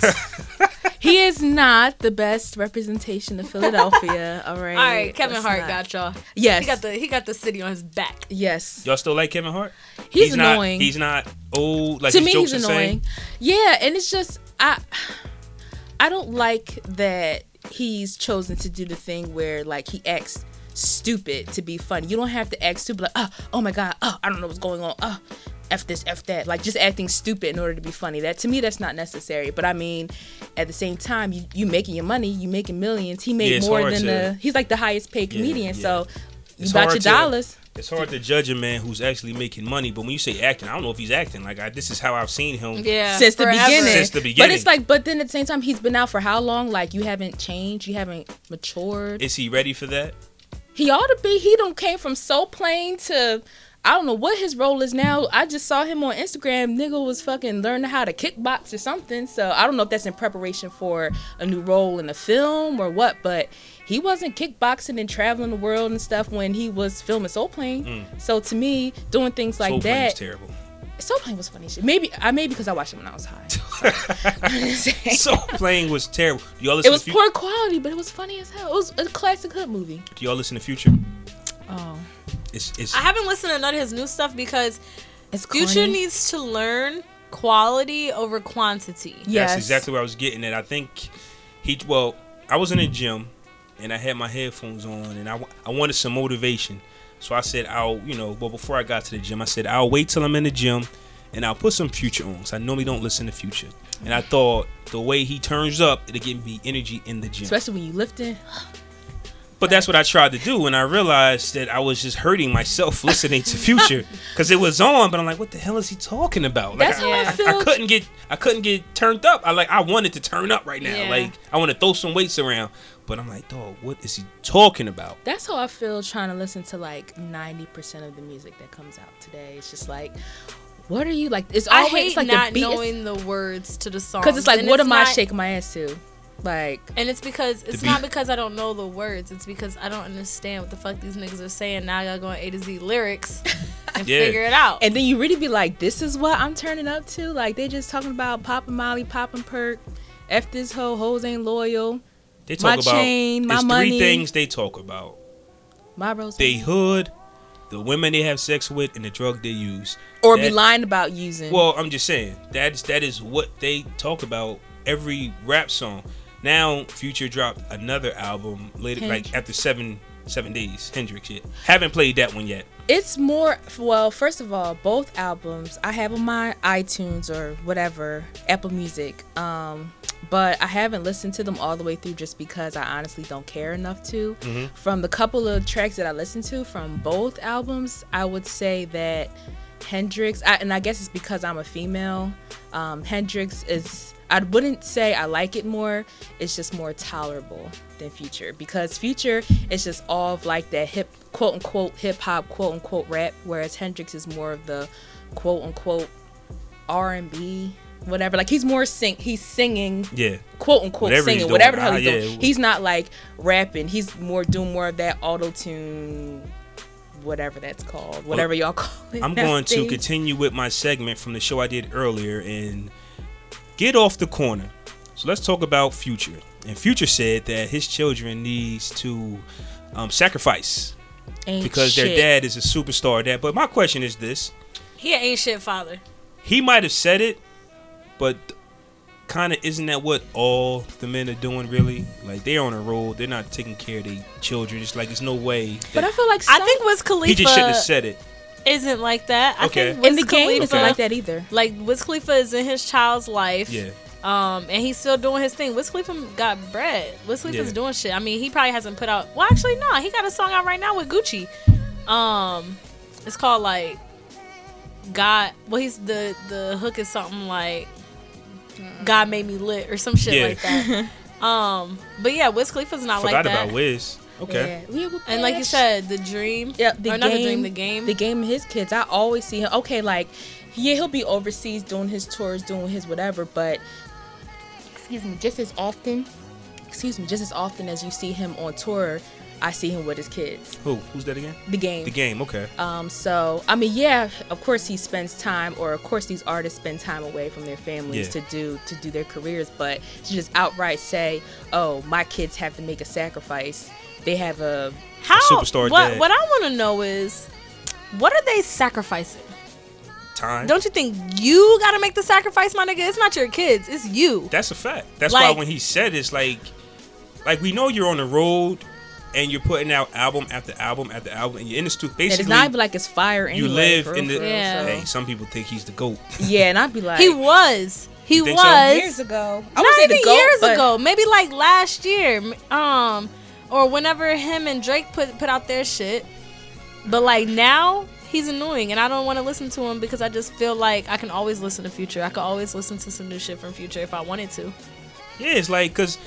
C: he is not the best representation of Philadelphia. All
B: [LAUGHS]
C: right.
B: all right, Kevin
C: let's
B: Hart
C: not-
B: got y'all.
C: Yes.
B: He got the he got the city on his back.
C: Yes.
A: Y'all still like Kevin Hart?
C: He's, annoying.
A: Not, he's not old. Like
C: to
A: his
C: me,
A: jokes
C: he's
A: are saying-
C: annoying. Yeah, and it's just I I don't like that he's chosen to do the thing where like he acts stupid to be funny. You don't have to act stupid like oh, oh my god, oh I don't know what's going on. Oh F this, F that. Like just acting stupid in order to be funny. That to me that's not necessary. But I mean, at the same time, you you making your money, you making millions. He
A: Yeah,
C: made
A: it's
C: more
A: hard
C: than
A: to-
C: the he's like the highest paid
A: Yeah,
C: comedian.
A: yeah.
C: So you
A: It's
C: got
A: hard
C: your
A: to-
C: dollars.
A: It's hard to judge a man who's actually making money, but when you say acting, I don't know if he's acting. Like I, this is how I've seen him.
B: Yeah.
C: since the
B: forever.
C: beginning.
A: Since the
C: But
A: beginning.
C: it's like, but then at the same time, he's been out for how long? Like you haven't changed, you haven't matured.
A: Is he ready for that?
C: he ought to be. He don't came from so plain to. I don't know what his role is now. I just saw him on Instagram. Nigga was fucking learning how to kickbox or something. So I don't know if that's in preparation for a new role in a film or what, but he wasn't kickboxing and traveling the world and stuff when he was filming Soul Plane.
A: Mm.
C: So to me, doing things like
A: Soul Plane's
C: that, [LAUGHS]
A: terrible.
C: Soul Plane was funny shit. Maybe I maybe because I watched it when I was high. So-
A: Soul Plane was terrible. Do y'all
C: It
A: listen?
C: was
A: to Fu-
C: poor quality, but it was funny as hell. It was a classic hood movie.
A: Do y'all listen to Future?
C: Oh,
A: It's it's
B: I haven't listened to none of his new stuff because
C: it's
B: Future needs to learn quality over quantity.
C: Yes,
A: That's exactly where I was getting at. I think he, well, I was in the gym and I had my headphones on and I, wa- I wanted some motivation. So I said, I'll, you know, well, before I got to the gym, I said, I'll wait till I'm in the gym and I'll put some future on. 'cause I normally don't listen to future. And I thought the way he turns up, it'll give me energy in the gym.
C: Especially when you lifting.
A: But that's what I tried to do, and I realized that I was just hurting myself [LAUGHS] listening to Future because it was on. But I'm like, what the hell is he talking about? Like,
C: That's how I
A: I
C: feel.
A: couldn't get, I couldn't get turned up. I like, I wanted to turn up right now.
B: Yeah.
A: Like, I want to throw some weights around. But I'm like, dog, what is he talking about?
C: That's how I feel trying to listen to like ninety percent of the music that comes out today. It's just like, what are you like? It's
B: I
C: always
B: hate
C: like
B: not
C: the beat
B: knowing the words to the song
C: because it's like, what am I shaking my ass to? Like,
B: And it's because it's
A: beat.
B: not because I don't know the words. It's because I don't understand what the fuck these niggas are saying. Now I gotta go on A to Z lyrics and
A: [LAUGHS] Yeah.
B: figure it out.
C: and then you really be like, this is what I'm turning up to. Like they just talking about popping Molly, popping perk. F this hoe, hoes ain't loyal.
A: They
C: My
A: talk about
C: chain, my
A: there's three
C: money.
A: things they talk about:
C: My rose.
A: they hood, the women they have sex with, and the drug they use.
C: or be
A: That-
C: lying about using.
A: Well, I'm just saying that's that is what they talk about every rap song. Now, Future dropped another album later,
C: Hendrix.
A: like after seven seven days. Hendrix shit. Haven't played that one yet.
C: it's more well first of all both albums i have on my itunes or whatever apple music um but i haven't listened to them all the way through just because i honestly don't care enough to from the couple of tracks that i listened to from both albums i would say that hendrix I, and i guess it's because i'm a female um hendrix is I wouldn't say I like it more. It's just more tolerable than Future because Future is just all of like that hip, quote unquote, hip hop, quote unquote, rap. Whereas Hendrix is more of the, quote unquote, R and B, whatever. Like he's more sing. He's singing
A: Yeah.
C: quote unquote
A: Whatever he's
C: singing,
A: doing.
C: whatever the hell
A: Ah,
C: he's
A: yeah.
C: doing. He's not like rapping. He's more doing more of that auto tune whatever that's called, whatever y'all [LAUGHS] call it.
A: I'm
C: That
A: going to
C: thing.
A: continue with my segment from the show I did earlier and get off the corner. So let's talk about Future. And Future said that his children needs to um, sacrifice
C: Ain't
A: because their
C: shit.
A: dad is a superstar dad. But my question is this:
B: He an ain't shit father.
A: He might have said it, but kind of isn't that what all the men are doing? Really, like they're on a roll. They're not taking care of their children. It's like it's no way.
C: But I
A: that-
C: feel like
B: I
C: some-
B: think Wiz
A: he just shouldn't have
B: Khalifa
A: said it.
C: uh,
B: isn't like that. I
A: Okay.
B: think Wiz
C: in the game it's
B: Khalifa-
C: not like that either.
B: Like Wiz Khalifa is in his child's life.
A: Yeah.
B: Um, and he's still doing his thing. Wiz Khalifa got bread. Wiz Khalifa's
A: Yeah.
B: doing shit. I mean, he probably hasn't put out. Well, actually, no. He got a song out right now with Gucci. Um, it's called like God. Well, he's the the hook is something like God made me lit or some shit
A: Yeah.
B: like
A: [LAUGHS]
B: that. um, but yeah, Wiz Khalifa's not
A: Forgot
B: like that.
A: about Wiz. Okay.
C: Yeah. We will
B: And like you
C: pass.
B: said, the dream.
C: Yeah, the
B: or
C: game,
B: not the dream, the game.
C: the game. and His kids. I always see him. Okay, like yeah, he'll be overseas doing his tours, doing his whatever. But excuse me, just as often, excuse me, just as often as you see him on tour, I see him with his kids.
A: Who? Who's that again?
C: The game.
A: The game. Okay.
C: Um. So I mean, yeah, of course he spends time, or of course these artists spend time away from their families
A: Yeah.
C: to do to do their careers. But to just outright say, oh, my kids have to make a sacrifice. They have a
B: How?
A: superstar
B: what,
A: dad.
B: what I want to know is, what are they sacrificing?
A: Time.
B: Don't you think you gotta make the sacrifice, my nigga? It's not your kids, it's you.
A: That's a fact. That's
B: Like-
A: why when he said it's like, like we know you're on the road and you're putting out album after album after album and you're in the studio.
C: And it's
A: Basically,
C: not even like it's fire anyway.
A: you live
C: for
A: in the.
C: real, for real,
B: Yeah.
C: so-
A: Hey, some people think he's the goat.
C: Yeah, and I'd be like,
B: he was. He
A: think so?
B: was.
C: years ago. I
B: Not
C: wouldn't say
B: even
C: the GOAT,
B: years
C: but
B: ago. Maybe like last year. m- Um, or whenever him and Drake put put out their shit. But like now, he's annoying and I don't wanna listen to him because I just feel like I can always listen to Future. I could always listen to some new shit from Future if I wanted to.
A: Yeah, it's like because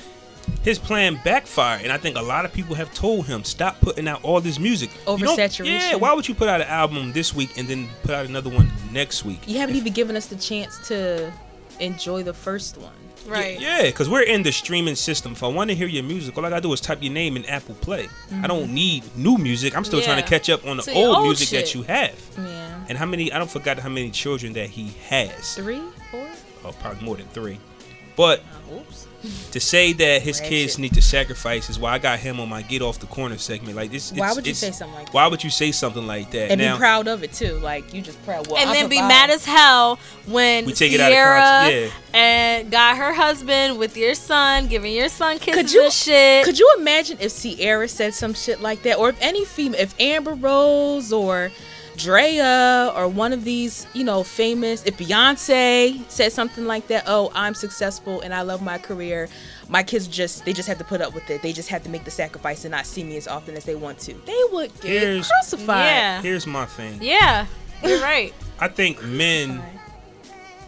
A: his plan backfired, and I think a lot of people have told him stop putting out all this music. You don't-
C: Oversaturation.
A: Yeah, why would you put out an album this week and then put out another one next week?
C: You haven't even given us the chance to enjoy the first one.
B: Right.
A: Yeah, because we're in the streaming system. If I want to hear your music, all I gotta do is type your name in Apple Play. I don't need new music. I'm still trying to
B: Mm-hmm. Yeah.
A: catch up on the
B: To your
A: old,
B: old
A: music that
B: shit.
A: you have.
C: Yeah.
A: And how many? I don't forgot how many children that he has.
C: Three, four.
A: Oh, probably more than three. But
C: Oh, oops.
A: to say that his
C: Ratchet.
A: kids need to sacrifice is why I got him on my get off the corner segment. Like this.
C: Why
A: it's-
C: would you
A: it's-
C: say something like that?
A: Why would you say something like that?
C: And
A: now,
C: be proud of it too. Like you just proud. Well,
B: and
C: I
B: then be
C: provide.
B: mad as hell when
A: We take it out of
B: Sierra
A: context,
B: and got her husband with your son, giving your son kisses
C: Could you-
B: and shit.
C: Could you imagine if Sierra said some shit like that, or if any female, if Amber Rose or Drea or one of these, you know, famous, if Beyonce said something like that? Oh, I'm successful and I love my career. My kids just they just have to put up with it. They just have to make the sacrifice and not see me as often as they want to. They would get
A: Here's-
C: crucified.
B: Yeah.
A: Here's my thing.
B: yeah, you're right. [LAUGHS]
A: I think men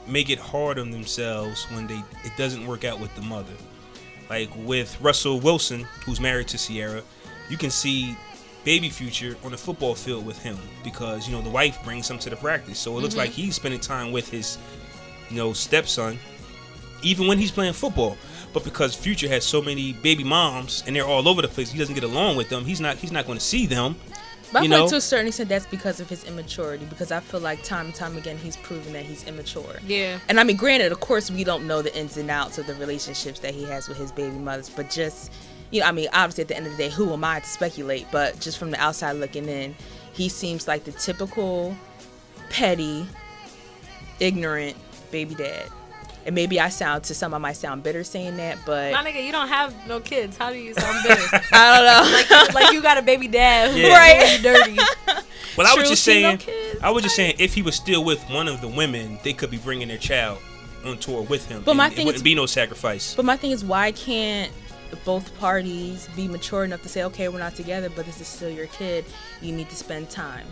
A: make it hard on themselves when they it doesn't work out with the mother. Like with Russell Wilson, who's married to Sierra, you can see baby future on the football field with him because you know the wife brings him to the practice. So it looks like he's spending time with his you know stepson even when he's playing football. But because Future has so many baby moms and they're all over the place, he doesn't get along with them. He's not he's not going to see them.
C: But I
A: You
C: feel
A: know?
C: like to a certain extent that's because of his immaturity. Because I feel like time and time again he's proven that he's immature.
B: Yeah.
C: And I mean, granted, of course, we don't know the ins and outs of the relationships that he has with his baby mothers, but just you know, I mean, obviously, at the end of the day, who am I to speculate? But just from the outside looking in, he seems like the typical petty, ignorant baby dad. And maybe I sound to some, I might sound bitter saying that,
A: [LAUGHS]
C: but
B: My nigga, you don't have no kids. How do you sound bitter?
C: I don't know.
B: like you got a baby dad who's
A: Yeah.
B: right. dirty.
A: Well, I was
B: True
A: just
B: female
A: saying,
B: kids,
A: I was just saying, if he was still with one of the women, they could be bringing their child on tour with him.
C: But
A: and
C: my
A: it
C: thing
A: wouldn't
C: is-
A: be no sacrifice.
C: But my thing is, why can't both parties be mature enough to say, okay, we're not together, but this is still your kid. You need to spend time.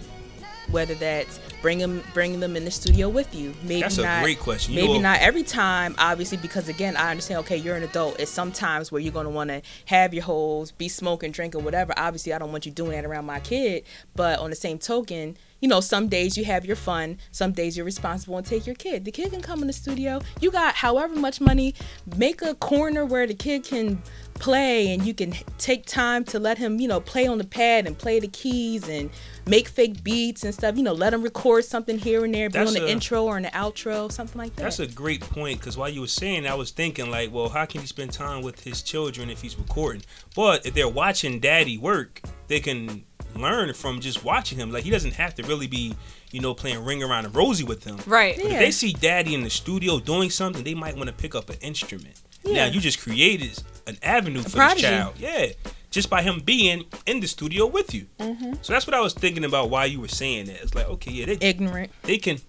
C: Whether that's bring them, bringing them in the studio with you. Maybe
A: That's a
C: not,
A: great question. You
C: Maybe
A: know-
C: not every time, obviously, because again, I understand. Okay, you're an adult. It's sometimes where you're gonna want to have your holes, be smoking, drinking, whatever. Obviously, I don't want you doing that around my kid. But on the same token, you know, some days you have your fun, some days you're responsible and take your kid. The kid can come in the studio. You got however much money, make a corner where the kid can play and you can take time to let him, you know, play on the pad and play the keys and make fake beats and stuff. You know, let him record something here and there, be
A: That's
C: on the
A: a-
C: intro or an outro, something like that.
A: That's a great point because while you were saying, I was thinking like, well, how can he spend time with his children if he's recording? But if they're watching Daddy work, they can learn from just watching him. Like he doesn't have to really be, you know, playing ring around the rosy with them.
B: Right.
A: But if
C: Yeah.
A: they see Daddy in the studio doing something, they might want to pick up an instrument. Now
C: Yeah.
A: you just created an avenue for this
C: prodigy.
A: child. Yeah. Just by him being in the studio with you. Mm-hmm. So that's what I was thinking about while you were saying that. It's like, okay, yeah, they,
C: ignorant.
A: they can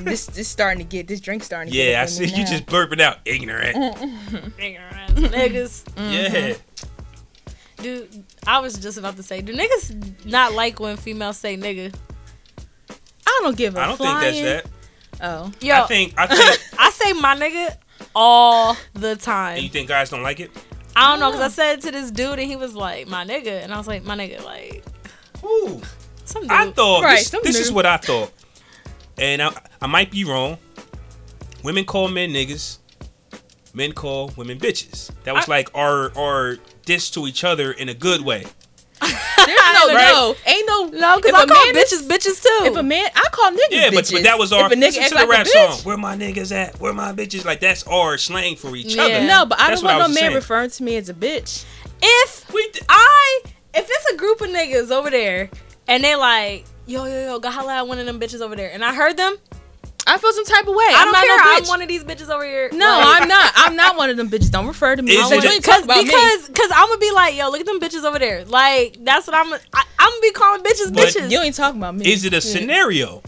C: this this starting to get this drink starting to get.
A: Yeah,
C: up
A: I
C: in
A: see
C: me
A: you
C: now.
A: just burping out ignorant.
C: [LAUGHS]
B: Ignorant niggas.
A: Yeah.
B: Do I was just about to say, do niggas not like when females say nigga?
C: I don't give a
A: I don't
C: flying.
A: think that's that.
C: Oh,
B: Yo,
A: I think I think [LAUGHS]
B: I say my nigga all the
A: and you
B: time.
A: think guys don't like it?
B: I don't know because I said it to this dude and he was like my nigga, and I was like my nigga, like
A: Ooh.
B: some dude.
A: I thought
C: Right,
A: this,
C: some
A: this is
C: dude.
A: what I thought. And I I might be wrong. Women call men niggas. Men call women bitches. That was
B: I-
A: like our our diss to each other in a good way.
C: there's no
A: Right?
C: no, ain't no
B: no,
C: If
B: because I
C: a
B: call
C: man
B: bitches bitches too.
C: If a man, I call niggas
A: Yeah, but,
C: bitches.
A: but that was our
C: if a nigga
A: listen
C: act
A: to the
C: like
A: rap
C: a bitch,
A: song. Where my niggas at? Where my bitches? Like that's our slang for each
B: Yeah.
A: other.
C: No, but I
A: That's
C: don't
A: what
C: want
A: I
C: no
A: was
C: man
A: saying.
C: referring to me as a bitch.
B: if
A: We d-
B: I if it's a group of niggas over there and they like yo yo yo go holla at one of them bitches over there and I heard them
C: I feel some type of way.
B: I
C: I'm
B: don't
C: not
B: care
C: No,
B: I'm
C: bitch.
B: one of these bitches over here
C: no, I'm not. I'm not one of them bitches. Don't refer to me.
A: Is
C: I want
A: it-
C: you to talk
B: because
C: about
B: because because I'm gonna be like yo look at them bitches over there like that's what I'm I, I'm gonna be calling bitches
A: But
B: bitches
C: me. You ain't talking about me.
A: Is it a scenario?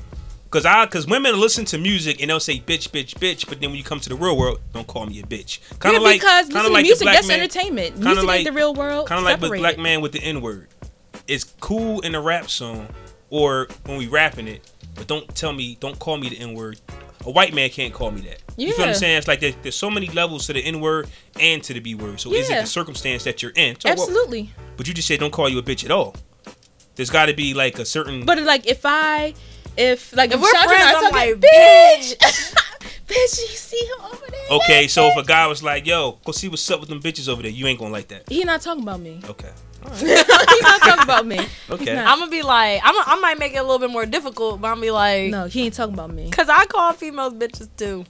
A: Because I, because women listen to music and they'll say bitch, bitch, bitch, but then when you come to the real world, don't call me a bitch. Kind
C: Yeah,
A: of like,
C: because
A: kind
C: listen,
A: of like
C: music
A: the black
C: that's
A: man,
C: entertainment.
A: kinda
C: Music
A: like-
C: ain't the real world.
A: Kind of like with
C: Oh, Separate
A: black
C: it.
A: man with the N word. It's cool in a rap song or when we rapping it, but don't tell me, don't call me the N word. A white man can't call me that. You feel what I'm
C: Yeah.
A: saying? It's like there, there's so many levels to the N word and to the B word. So is it
C: Yeah.
A: the circumstance that you're in? So what-
C: Absolutely.
A: but you just said don't call you a bitch at all. There's got to be like a certain.
C: But like, if I, if like,
B: If we're
C: Shadra and I
B: friends, I'm
C: talking,
B: like,
C: bitch, [LAUGHS] bitch, you see him over there.
A: Okay, so if a
C: bitch."
A: guy was like, "Yo, go see what's up with them bitches over there," you ain't gonna like that.
C: he not talking about me. [LAUGHS]
A: Okay.
C: He's not talking about me.
A: Okay.
C: not.
B: I'm gonna be like I'm I might make it a little bit more difficult but I'm gonna be like
C: No, he ain't talking about me.
B: Cause I call females bitches too.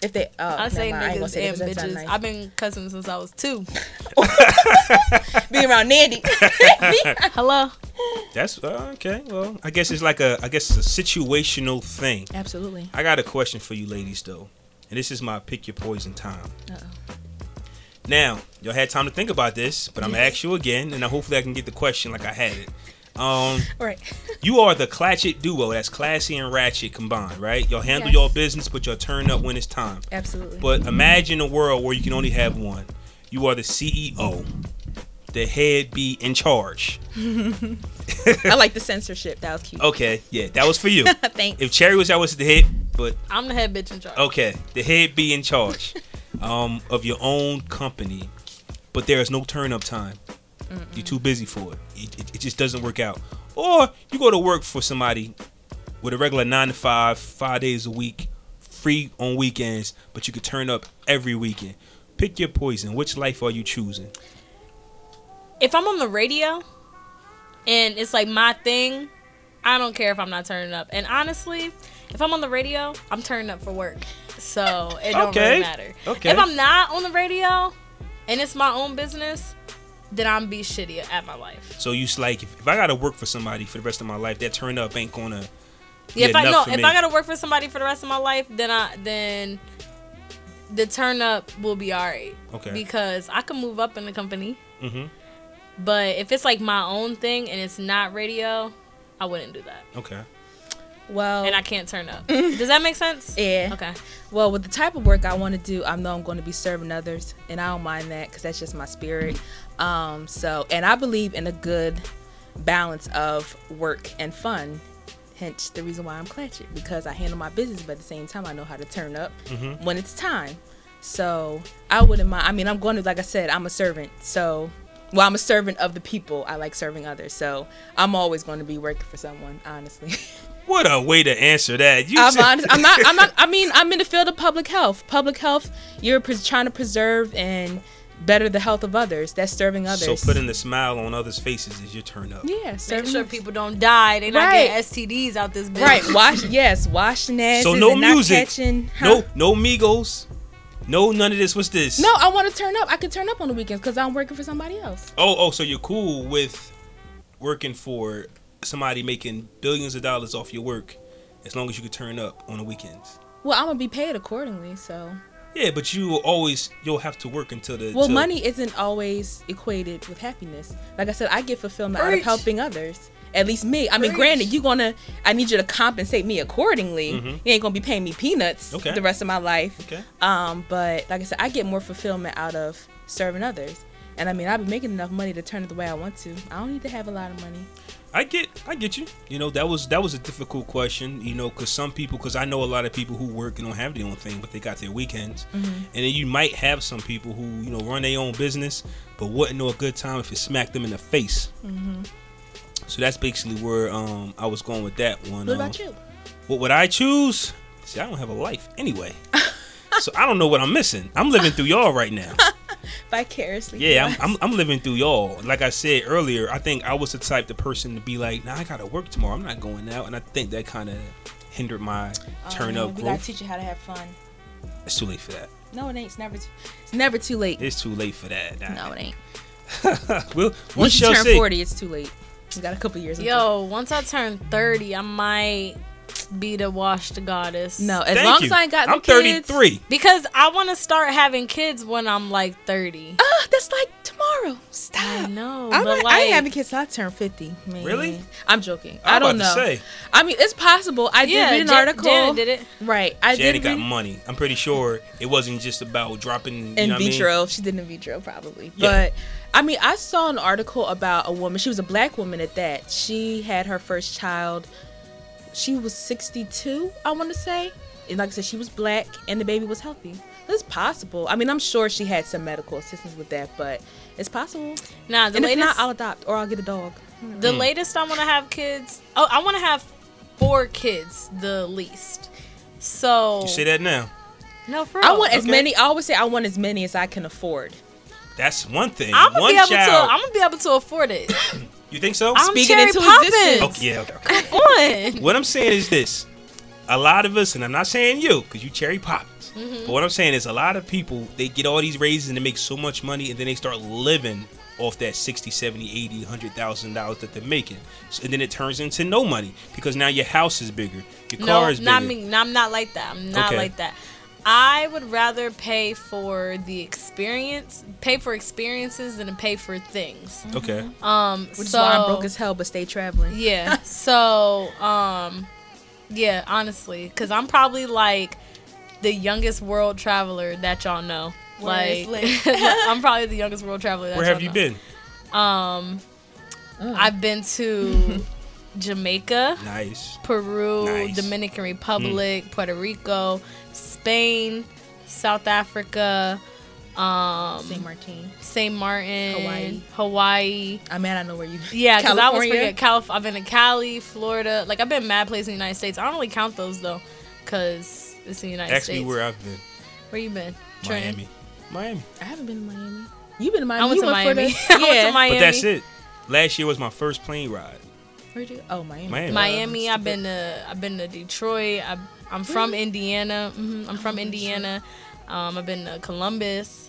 C: If they, uh,
B: I say
C: never mind, I ain't gonna
B: niggas
C: say
B: and
C: that 'cause that's
B: bitches.
C: not nice.
B: I've been cussing since I was two. [LAUGHS]
C: [LAUGHS] be around Nandy.
B: Hello.
A: That's uh, okay. Well, I guess it's like a, I guess it's a situational thing.
C: Absolutely.
A: I got a question for you, ladies, though, and this is my pick your poison time.
C: Uh-oh.
A: Now, y'all had time to think about this, but I'm gonna ask you again, and I hopefully I can get the question like I had it. Um,
C: All right.
A: you are the Clatchit duo. That's classy and ratchet combined, right? Y'all handle
C: Yes.
A: your business, but y'all turn up when it's time.
C: Absolutely.
A: But imagine a world where you can only have one. You are the CEO, the head be in charge.
C: I like the censorship. That was cute.
A: Okay, yeah, that was
C: [LAUGHS]
A: for you.
C: Thanks.
A: if Cherry was, I was the head, but
B: I'm the head bitch in charge.
A: okay, the head be in
B: [LAUGHS]
A: charge um, of your own company, but there is no turn up time. You're too busy for it. It, it. it just doesn't work out. Or you go to work for somebody with a regular nine to five, five days a week, free on weekends, but you could turn up every weekend. Pick your poison. Which life are you choosing?
B: If I'm on the radio and it's like my thing, I don't care if I'm not turning up. And honestly, if I'm on the radio, I'm turning up for work. So it don't
A: Okay.
B: really matter.
A: Okay.
B: If I'm not on the radio and it's my own business, then I'm be shitty at my life.
A: So you s- like if, if I gotta work for somebody for the rest of my life, that turn up ain't gonna. be
B: Yeah, if I
A: enough
B: no,
A: for
B: if
A: me.
B: I gotta work for somebody for the rest of my life, then I then the turn up will be alright.
A: Okay.
B: Because I can move up in the company.
A: Mhm.
B: But if it's like my own thing and it's not radio, I wouldn't do that.
A: Okay.
C: Well,
B: And I can't turn up. Does that make sense?
C: Mm. yeah.
B: Okay.
C: Well, with the type of work I want to do, I know I'm going to be serving others, and I don't mind that because that's just my spirit. Um, so, and I believe in a good balance of work and fun. Hence the reason why I'm Clatchit because I handle my business, but at the same time, I know how to turn up when it's time. So I wouldn't mind. I mean, I'm going to, like I said, I'm a servant, so well, I'm a servant of the people. I like serving others, so I'm always going to be working for someone. Honestly, [LAUGHS]
A: What a way to answer that. You [LAUGHS]
C: I'm
A: said-
C: honest. I'm not. I'm not. I mean, I'm in the field of public health. Public health. You're pres trying to preserve and better the health of others. That's serving others.
A: So putting the smile on others' faces is your turn up.
C: yeah,
B: Making
C: serving
B: sure
C: others.
B: people don't die. They not
C: Right.
B: getting STDs out this bitch.
C: Right. Wash. Yes. Washing asses.
A: So no
C: and not
A: music.
C: Catching, huh?
A: No, no Migos. No, none of this. What's this?
C: No, I want to turn up. I can turn up on the weekends because I'm working for somebody else.
A: Oh, oh. So you're cool with working for somebody making billions of dollars off your work, as long as you can turn up on the weekends.
C: Well, I'm gonna be paid accordingly. So,
A: Yeah, but you will always you'll have to work until the.
C: well,
A: till-
C: money isn't always equated with happiness. Like I said, I get fulfillment out
B: Preach.
C: of helping others. At least me. I mean,
B: Preach.
C: granted, you gonna. I need you to compensate me accordingly. You ain't gonna be paying me peanuts
A: Mm-hmm. Okay.
C: the rest of my life.
A: Okay.
C: Um, but like I said, I get more fulfillment out of serving others. And I mean, I've been making enough money to turn it the way I want to. I don't need to have a lot of money.
A: I get, I get you. You know, that was that was a difficult question. You know, because some people, because I know a lot of people who work and don't have their own thing, but they got their weekends.
C: Mm-hmm.
A: And then you might have some people who you know run their own business, but wouldn't know a good time if it smacked them in the face.
C: Mm-hmm.
A: So that's basically where um, I was going with that one.
C: What
A: Um,
C: about you?
A: What would I choose? See, I don't have a life anyway, [LAUGHS] so I don't know what I'm missing. I'm living through y'all right now.
C: Vicariously.
A: Yeah,
C: [LAUGHS] through us.
A: I'm, I'm, I'm living through y'all. Like I said earlier, I think I was the type of person to be like, nah, I gotta work tomorrow. I'm not going out. And I think that kind of hindered my turn
C: Oh,
A: up
C: We gotta
A: growth.
C: teach you how to have fun.
A: it's too late for that.
C: No, it ain't. It's never. Too, it's never too late.
A: It's too late for that.
C: no, it ain't.
A: [LAUGHS] we'll, we
C: Once you
A: shall
C: turn
A: see.
C: forty, it's too late. You got a couple years. until-
B: Yo, once I turn 30, I might be the washed goddess.
C: no. As
A: Thank
C: long
A: you.
C: as I ain't got no
A: I'm 33.
C: kids-
B: Because I want to start having kids when I'm like 30.
C: Ah, that's like tomorrow. Stop.
B: I know,
C: I'm
B: but
C: not, I
B: like-
C: ain't having kids. till I turn fifty. Man.
A: Really?
C: I'm joking.
A: I'm
C: I
A: about
C: do not know.
A: to say.
C: I mean, it's possible. I did
B: Yeah,
C: read an
B: Jan-
C: article.
B: Janet did it.
C: Right. I
A: Janet
C: did.
A: got
C: read-
A: money. I'm pretty sure it wasn't just about dropping you
C: in
A: know what I mean?
C: vitro. She did in vitro probably.
A: Yeah.
C: But I mean, I saw an article about a woman. She was a black woman at that. She had her first child. She was 62, I want to say. And like I said, she was black and the baby was healthy. It's possible. I mean, I'm sure she had some medical assistance with that, but it's possible.
B: Nah, the
C: and if
B: latest,
C: not, I'll adopt or I'll get a dog.
B: the
A: Mm.
B: latest I want to have kids. Oh, I want to have four kids, the least. So
A: You say that now.
B: no, for
C: I
B: real.
C: want as
A: okay.
C: many. I always say I want as many as I can afford.
A: That's one thing.
B: I'm gonna
A: one
B: be able
A: child.
B: to. I'm gonna be able to afford
C: [LAUGHS]
B: it.
A: you think so?
B: I'm
C: Speaking
B: Cherry
C: into
B: Poppins.
C: existence.
A: okay, yeah, okay.
B: on.
A: What I'm saying is this: a lot of us, and I'm not saying you, because you cherry poppins.
B: Mm-hmm.
A: But what I'm saying is, a lot of people they get all these raises and they make so much money, and then they start living off that 60, 70, 80, 100,000 dollars that they're making, So- and then it turns into no money because now your house is bigger, your car
B: No,
A: is bigger.
B: not me. No, I'm not like that. I'm not
A: Okay.
B: like that. I would rather pay for the experience, pay for experiences, than to pay for things.
A: Okay,
B: Um,
C: Which
B: so
C: is why I'm broke as hell, but stay traveling.
B: yeah. So um, yeah, honestly, because I'm probably like the youngest world traveler that y'all know.
C: Word is
B: Like, [LAUGHS] I'm probably the youngest world traveler. That
A: where
B: y'all
A: have you
B: know.
A: been?
B: I've been
C: [LAUGHS]
B: to Jamaica.
A: Nice.
B: Peru,
A: Nice. Hmm.
B: Dominican Republic, Puerto Rico, Spain, South Africa, um,
C: Saint Martin.
B: St. Martin,
C: Hawaii.
B: Hawaii.
C: I mean, I know where you.
B: Yeah, because I always
C: California.
B: forget. Calif- I've been to Cali, Florida. Like I've been mad places in the United States. I don't really count those though, because it's the United
A: Ask
B: States.
A: me where I've been.
B: Where you been? Trenton?
A: Miami. Miami.
C: I haven't been to Miami. You've been to Miami.
B: I went
C: You
B: to
C: for
B: Miami.
C: the-
B: [LAUGHS] I went to Miami.
A: But that's it. Last year was my first plane ride.
C: Where'd you? Oh, Miami.
A: Miami.
B: Miami. I've been to I've been to Detroit. I, I'm from Indiana. hmm I'm from Indiana. Um, I've been to Columbus.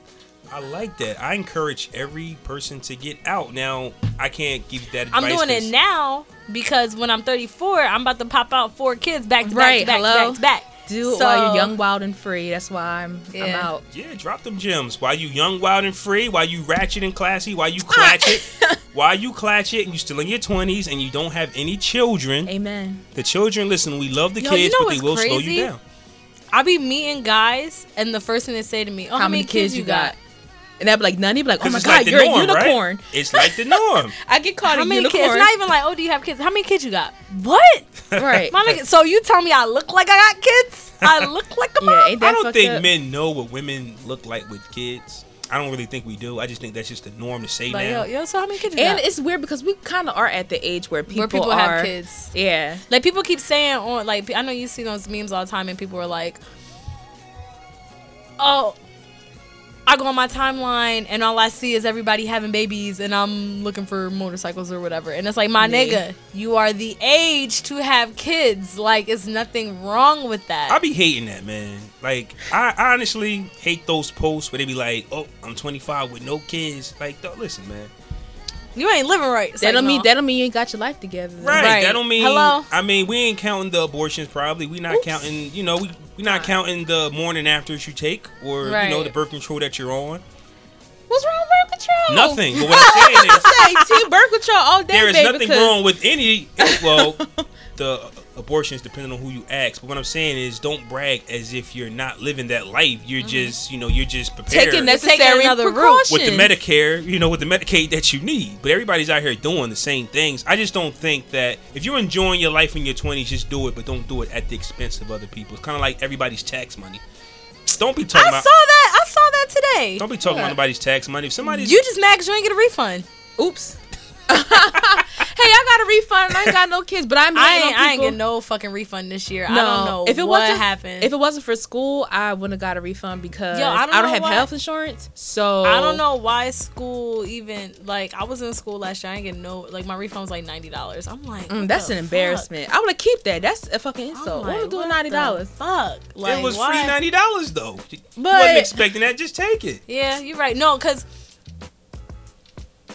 A: I like that. I encourage every person to get out. Now, I can't give that
B: I'm
A: advice.
B: doing
A: 'cause-
B: it now because when I'm 34, I'm about to pop out four kids back to
C: Right,
B: back to back
C: hello?
B: to back to back.
C: Do it
B: So-
C: while you're young, wild, and free. That's why I'm I'm
B: Yeah.
C: out.
A: Yeah, drop them gems. While you young, wild, and free, while you ratchet and classy, while you clatch
B: [LAUGHS]
A: it, while you clatch it, and you still in your twenties and you don't have any children.
C: Amen.
A: The children, listen, we love the
B: Yo, you
A: kids,
B: know
A: but they
B: what's
A: will slow
B: crazy? Oh
A: you down.
B: I'll be meeting guys, and the first thing they say to me, "Oh, how, many kids, you got?
C: And I'd be like, none. He'd be like, oh
A: 'Cause
C: my
A: it's
C: god,
A: like the
C: you're
A: norm,
C: a
A: right?
C: unicorn.
A: It's like the
B: [LAUGHS]
A: norm.
C: I get called
B: How
C: a
B: many
C: unicorn.
B: kids? Not even like, oh, do you have kids? How many kids you got? What?
C: right.
B: [LAUGHS] My nigga, so you tell me I look like I
C: [LAUGHS]
B: got kids? I look like a mom?
C: yeah, ain't that
A: I don't
C: fucked
A: think
C: up?
A: men know what women look like with kids. I don't really think we do. I just think that's just the norm to say
B: Like,
A: now.
B: yo, yo, so how many kids you
C: And
B: got?
C: it's weird because we kind of are at the age where people,
B: Where people
C: are,
B: have kids.
C: Yeah.
B: Like people keep saying on like I know you see those memes all the time and people are like, "Oh, I go on my timeline and all I see is everybody having babies and I'm looking for motorcycles or whatever." And it's like, "My nigga, you are the age to have kids. Like it's nothing wrong with that."
A: I be hating that, man. Like, I I honestly hate those posts where they be like, "Oh, I'm 25 with no kids." Like, th- listen, man.
B: you ain't living right. It's
C: That
B: like,
C: don't mean
B: no.
C: that don't mean you ain't got your life together. though.
A: Right.
B: Right.
A: That don't mean.
B: Hello?
A: I mean, we ain't counting the abortions. Probably we not counting. You know, we we not counting the morning afters you take, or you know,
B: Right.
A: the birth control that you're on.
C: What's wrong with birth control?
A: Nothing. But what I'm saying
B: [LAUGHS]
A: is,
C: Say team birth control all day,
A: there is
C: baby,
A: nothing
C: 'cause-
A: wrong with
B: [LAUGHS]
A: any. Well, the abortions depending on who you ask. But what I'm saying is, don't brag as if you're not living that life. You're just, you know, you're just prepared.
C: taking
B: Mm-hmm. Taking
C: necessary
B: another route.
C: precautions
A: with the Medicare, you know, with the Medicaid that you need. But everybody's out here doing the same things. I just don't think that if you're enjoying your life in your 20s, just do it, but don't do it at the expense of other people. It's kind of like everybody's tax money. Don't be talking
B: I saw
A: about
B: that. I saw that today.
A: don't be talking about nobody's tax money. If somebody's
B: You just mad 'cause you ain't get a refund.
C: Oops. [LAUGHS] hey, I got a refund. I ain't got no kids, but I'm.
B: I
C: hating
B: ain't,
C: on
B: I ain't
C: people.
B: getting no fucking refund this year. I don't know
C: If it
B: what
C: wasn't,
B: happened.
C: If it wasn't for school, I wouldn't have got a refund because
B: Yo, I
C: I
B: don't
C: don't,
B: know
C: have
B: why.
C: health insurance. So
B: I don't know why school even like I was in school last year. I didn't get no like my refund was like ninety dollars. I'm like
C: Mm,
B: what
C: that's
B: the
C: an embarrassment. I would have keep that. That's a fucking
B: fuck? I'm
C: insult. What am I
B: like,
C: doing
B: what
C: ninety
B: the
C: dollars?
B: Fuck, like
A: it was
B: why?
A: free ninety dollars though. You
C: But-
A: wasn't expecting that. Just take it.
B: Yeah, you're right. No, because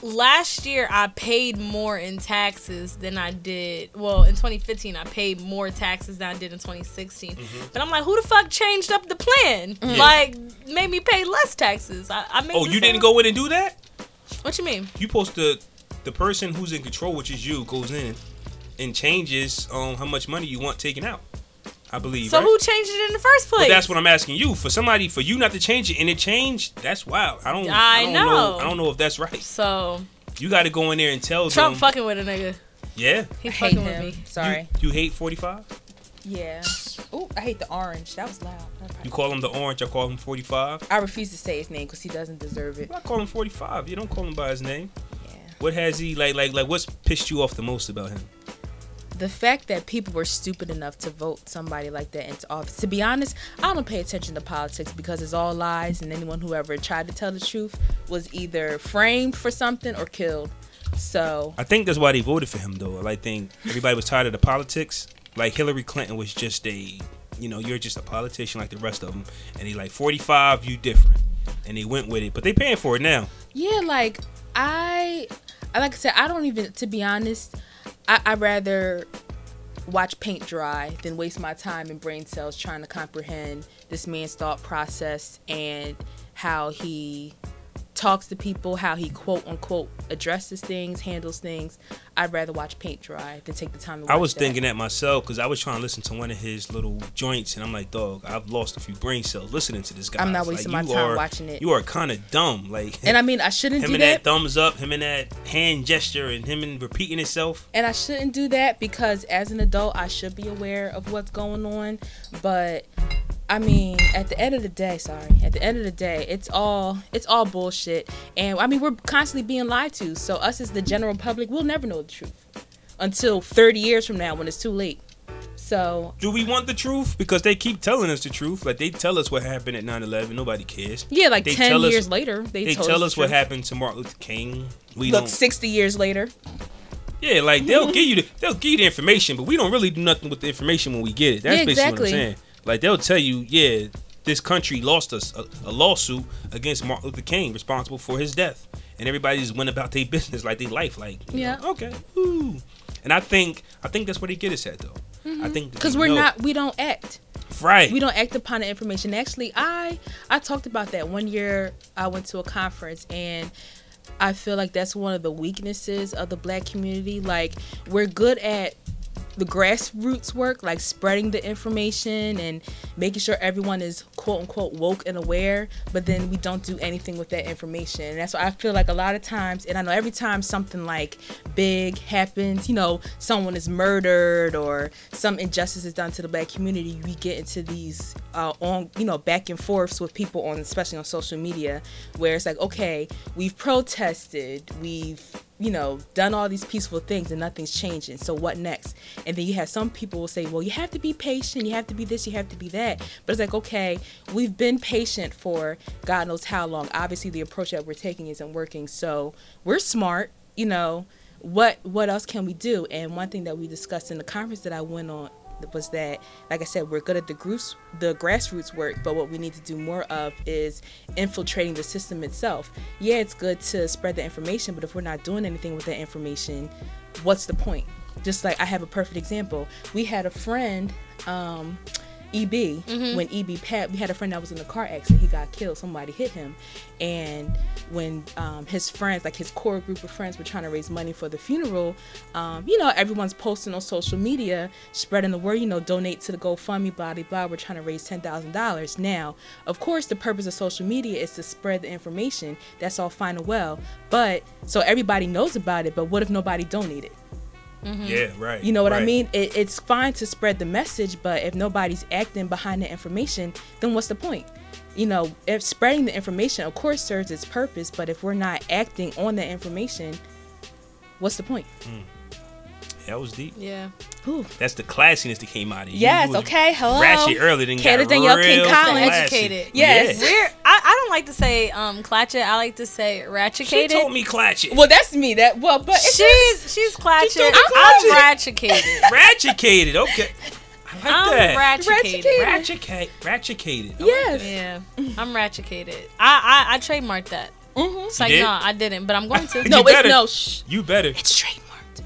B: last year I paid more in taxes than I did. Well, in 2015 I paid more taxes than I did in 2016.
A: Mm-hmm.
B: But I'm like, who the fuck changed up the plan?
C: Mm-hmm.
B: Like made me pay less taxes. I, I made.
A: Oh,
B: the
A: you
B: same-
A: didn't go in and do that?
B: What you mean?
A: You supposed to the person who's in control, which is you, goes in and changes um how much money you want taken out. I believe.
B: So
A: right?
B: who changed it in the first place?
A: But that's what I'm asking you. For somebody, for you not to change it and it changed, that's wild. I don't. I,
B: I
A: don't know.
B: know.
A: I don't know if that's right.
B: So
A: You got to go in there and tell
B: Trump
A: them.
B: fucking with a nigga.
A: yeah.
B: He
C: I hate
B: fucking
C: him.
B: with me.
C: Sorry.
A: You hate 45.
C: Yeah. Ooh, I hate the orange. That was loud.
A: You call him the orange. I call him 45.
C: I refuse to say his name because he doesn't deserve it.
A: I call him 45. You don't call him by his name.
C: Yeah.
A: What has he like? Like like? What's pissed you off the most about him?
C: the fact that people were stupid enough to vote somebody like that into office. To be honest, I don't pay attention to politics because it's all lies, and anyone who ever tried to tell the truth was either framed for something or killed. So,
A: I think that's why they voted for him though. I think everybody was tired of the politics. Like Hillary Clinton was just a, you know, you're just a politician like the rest of them. And they like 45. You different. And they went with it. But they paying for it now.
C: yeah, like I, I- like I said, I don't even. To be honest, I, I rather watch paint dry than waste my time and brain cells trying to comprehend this man's thought process and how he talks to people, how he quote unquote addresses things, handles things. I'd rather watch paint dry than take the time. To
A: I
C: watch
A: was
C: that.
A: thinking that myself because I was trying to listen to one of his little joints, and I'm like, dog, I've lost a few brain cells listening to this guy.
C: I'm not
A: It's like,
C: wasting my
A: you
C: time
A: are-
C: watching it.
A: You are kind of dumb, like. [LAUGHS]
C: and I mean, I shouldn't
A: him
C: do
A: and
C: that.
A: that thumbs up, him and that hand gesture, and him and repeating itself.
C: and I shouldn't do that because as an adult, I should be aware of what's going on. But I mean, at the end of the day, sorry, at the end of the day, it's all it's all bullshit. And I mean, we're constantly being lied to. So us as the general public, we'll never know the truth until 30 years from now when it's too late. So
A: Do we want the truth? Because they keep telling us the truth. Like they tell us what happened at 9/11. Nobody cares.
C: yeah, like
A: They
C: 10
A: tell us-
C: years later, they,
A: They
C: told
A: tell
C: the
A: us what
C: truth.
A: happened to Martin Luther King. We
C: Look,
A: don't.
C: 60 years later,
A: Yeah, like
C: Mm-hmm.
A: they'll give you the, they'll give you the information, but we don't really do nothing with the information when we get it. That's
C: Yeah,
A: basically
C: exactly.
A: what I'm saying. Like they'll tell you, yeah, this country lost us a, a lawsuit against Martin Luther King, responsible for his death, and everybody just went about their [LAUGHS] business, like their life, like you
C: Yeah.
A: know, okay, ooh. And I think I think that's where they get us at though. I think that
C: because
A: they
C: Mm-hmm. we're
A: know-
C: not, we don't act.
A: right.
C: we don't act upon the information actually i i talked about that one year i went to a conference and i feel like that's one of the weaknesses of the black community like we're good at the grassroots work, like spreading the information and making sure everyone is quote unquote woke and aware, but then we don't do anything with that information. And that's why I feel like a lot of times, and I know every time something like big happens, you know, someone is murdered or some injustice is done to the black community, we get into these uh, on, you know, back and forths with people on, especially on social media, where it's like, okay, we've protested, we've you know, done all these peaceful things and nothing's changing. So what next? And then you have some people will say, well, you have to be patient. You have to be this. You have to be that. But it's like, okay, we've been patient for God knows how long. Obviously, the approach that we're taking isn't working. So we're smart. You know, what what else can we do? And one thing that we discussed in the conference that I went on was that like i said we're good at the groups the grassroots work but what we need to do more of is infiltrating the system itself yeah it's good to spread the information but if we're not doing anything with that information what's the point just like i have a perfect example we had a friend um EB, when EB Pat, we had a friend that was in a car accident. He got killed. Somebody hit him, and when um, his friends, like his core group of friends, were trying to raise money for the funeral, um, you know, everyone's posting on social media, spreading the word. You know, donate to the GoFundMe, blah blah blah. We're trying to raise ten thousand dollars. Now, of course, the purpose of social media is to spread the information. That's all fine and well, but so everybody knows about it. But what if nobody donated?
A: Yeah, right.
C: You know what I
A: right.
C: mean? It, it's fine to spread the message, but if nobody's acting behind the information, then what's the point? You know, if spreading the information, of course, serves its purpose, but if we're not acting on the information, what's the point?
A: That was deep.
B: Yeah.
C: Ooh.
A: That's the classiness that came out of you.
C: Yes,
A: You was
C: okay, hello.
A: Ratchet earlier than
C: Cater
A: got
C: Danielle
A: real
C: King Collins.
A: classy.
B: Educated.
C: Yes.
A: Yeah.
B: We're I, I don't like to say um clatchet. I like to say
A: She
B: ratchicated.
A: told me clatch it.
C: Well, that's me. That well, but it's
B: she's she's
A: She told
B: clatchet.
A: me
B: I'm
A: clatchet. [LAUGHS]
B: ratchicated.
C: [LAUGHS]
A: Ratchicated. Okay. I like
B: I'm
A: that.
B: ratchicated.
A: Ratchicate. Ratchicated. I
C: yes.
B: Yeah, I'm ratchicated. I I, I trademarked that.
C: Mhm.
B: It's like
A: did?
B: no, I didn't, but I'm going to.
A: [LAUGHS]
C: No,
A: You
C: it's
A: better.
C: no. Shh.
A: Like, you better.
C: It's trademarked.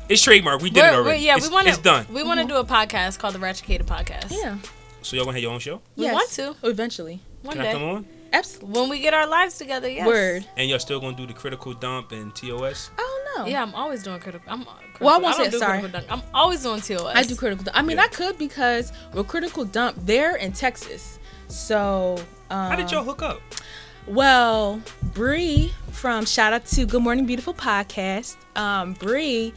A: It's trademark. We did it
B: We're- we're-
A: already.
B: yeah,
A: it's,
B: we want to.
A: It's done.
B: We want to do a podcast called the Ratchicated Podcast.
C: Yeah.
A: So y'all want to have your own show?
B: We want to
C: eventually.
B: one
A: Can
B: day
A: I come on?
C: Absolutely.
B: when we get our lives together. Yes.
C: Word.
A: And y'all still gonna do the critical dump and TOS?
C: I don't know.
B: Yeah, I'm always doing critical. I'm critical.
C: Well, I won't
B: don't
C: say-
B: do
C: sorry.
B: critical dunk. I'm always doing TOS.
C: I do critical. Dump. I mean,
A: Yeah.
C: I could because we're critical dump there in Texas. So um,
A: How did y'all hook up?
C: Well, Bree from shout out to Good Morning Beautiful podcast. Um, Bree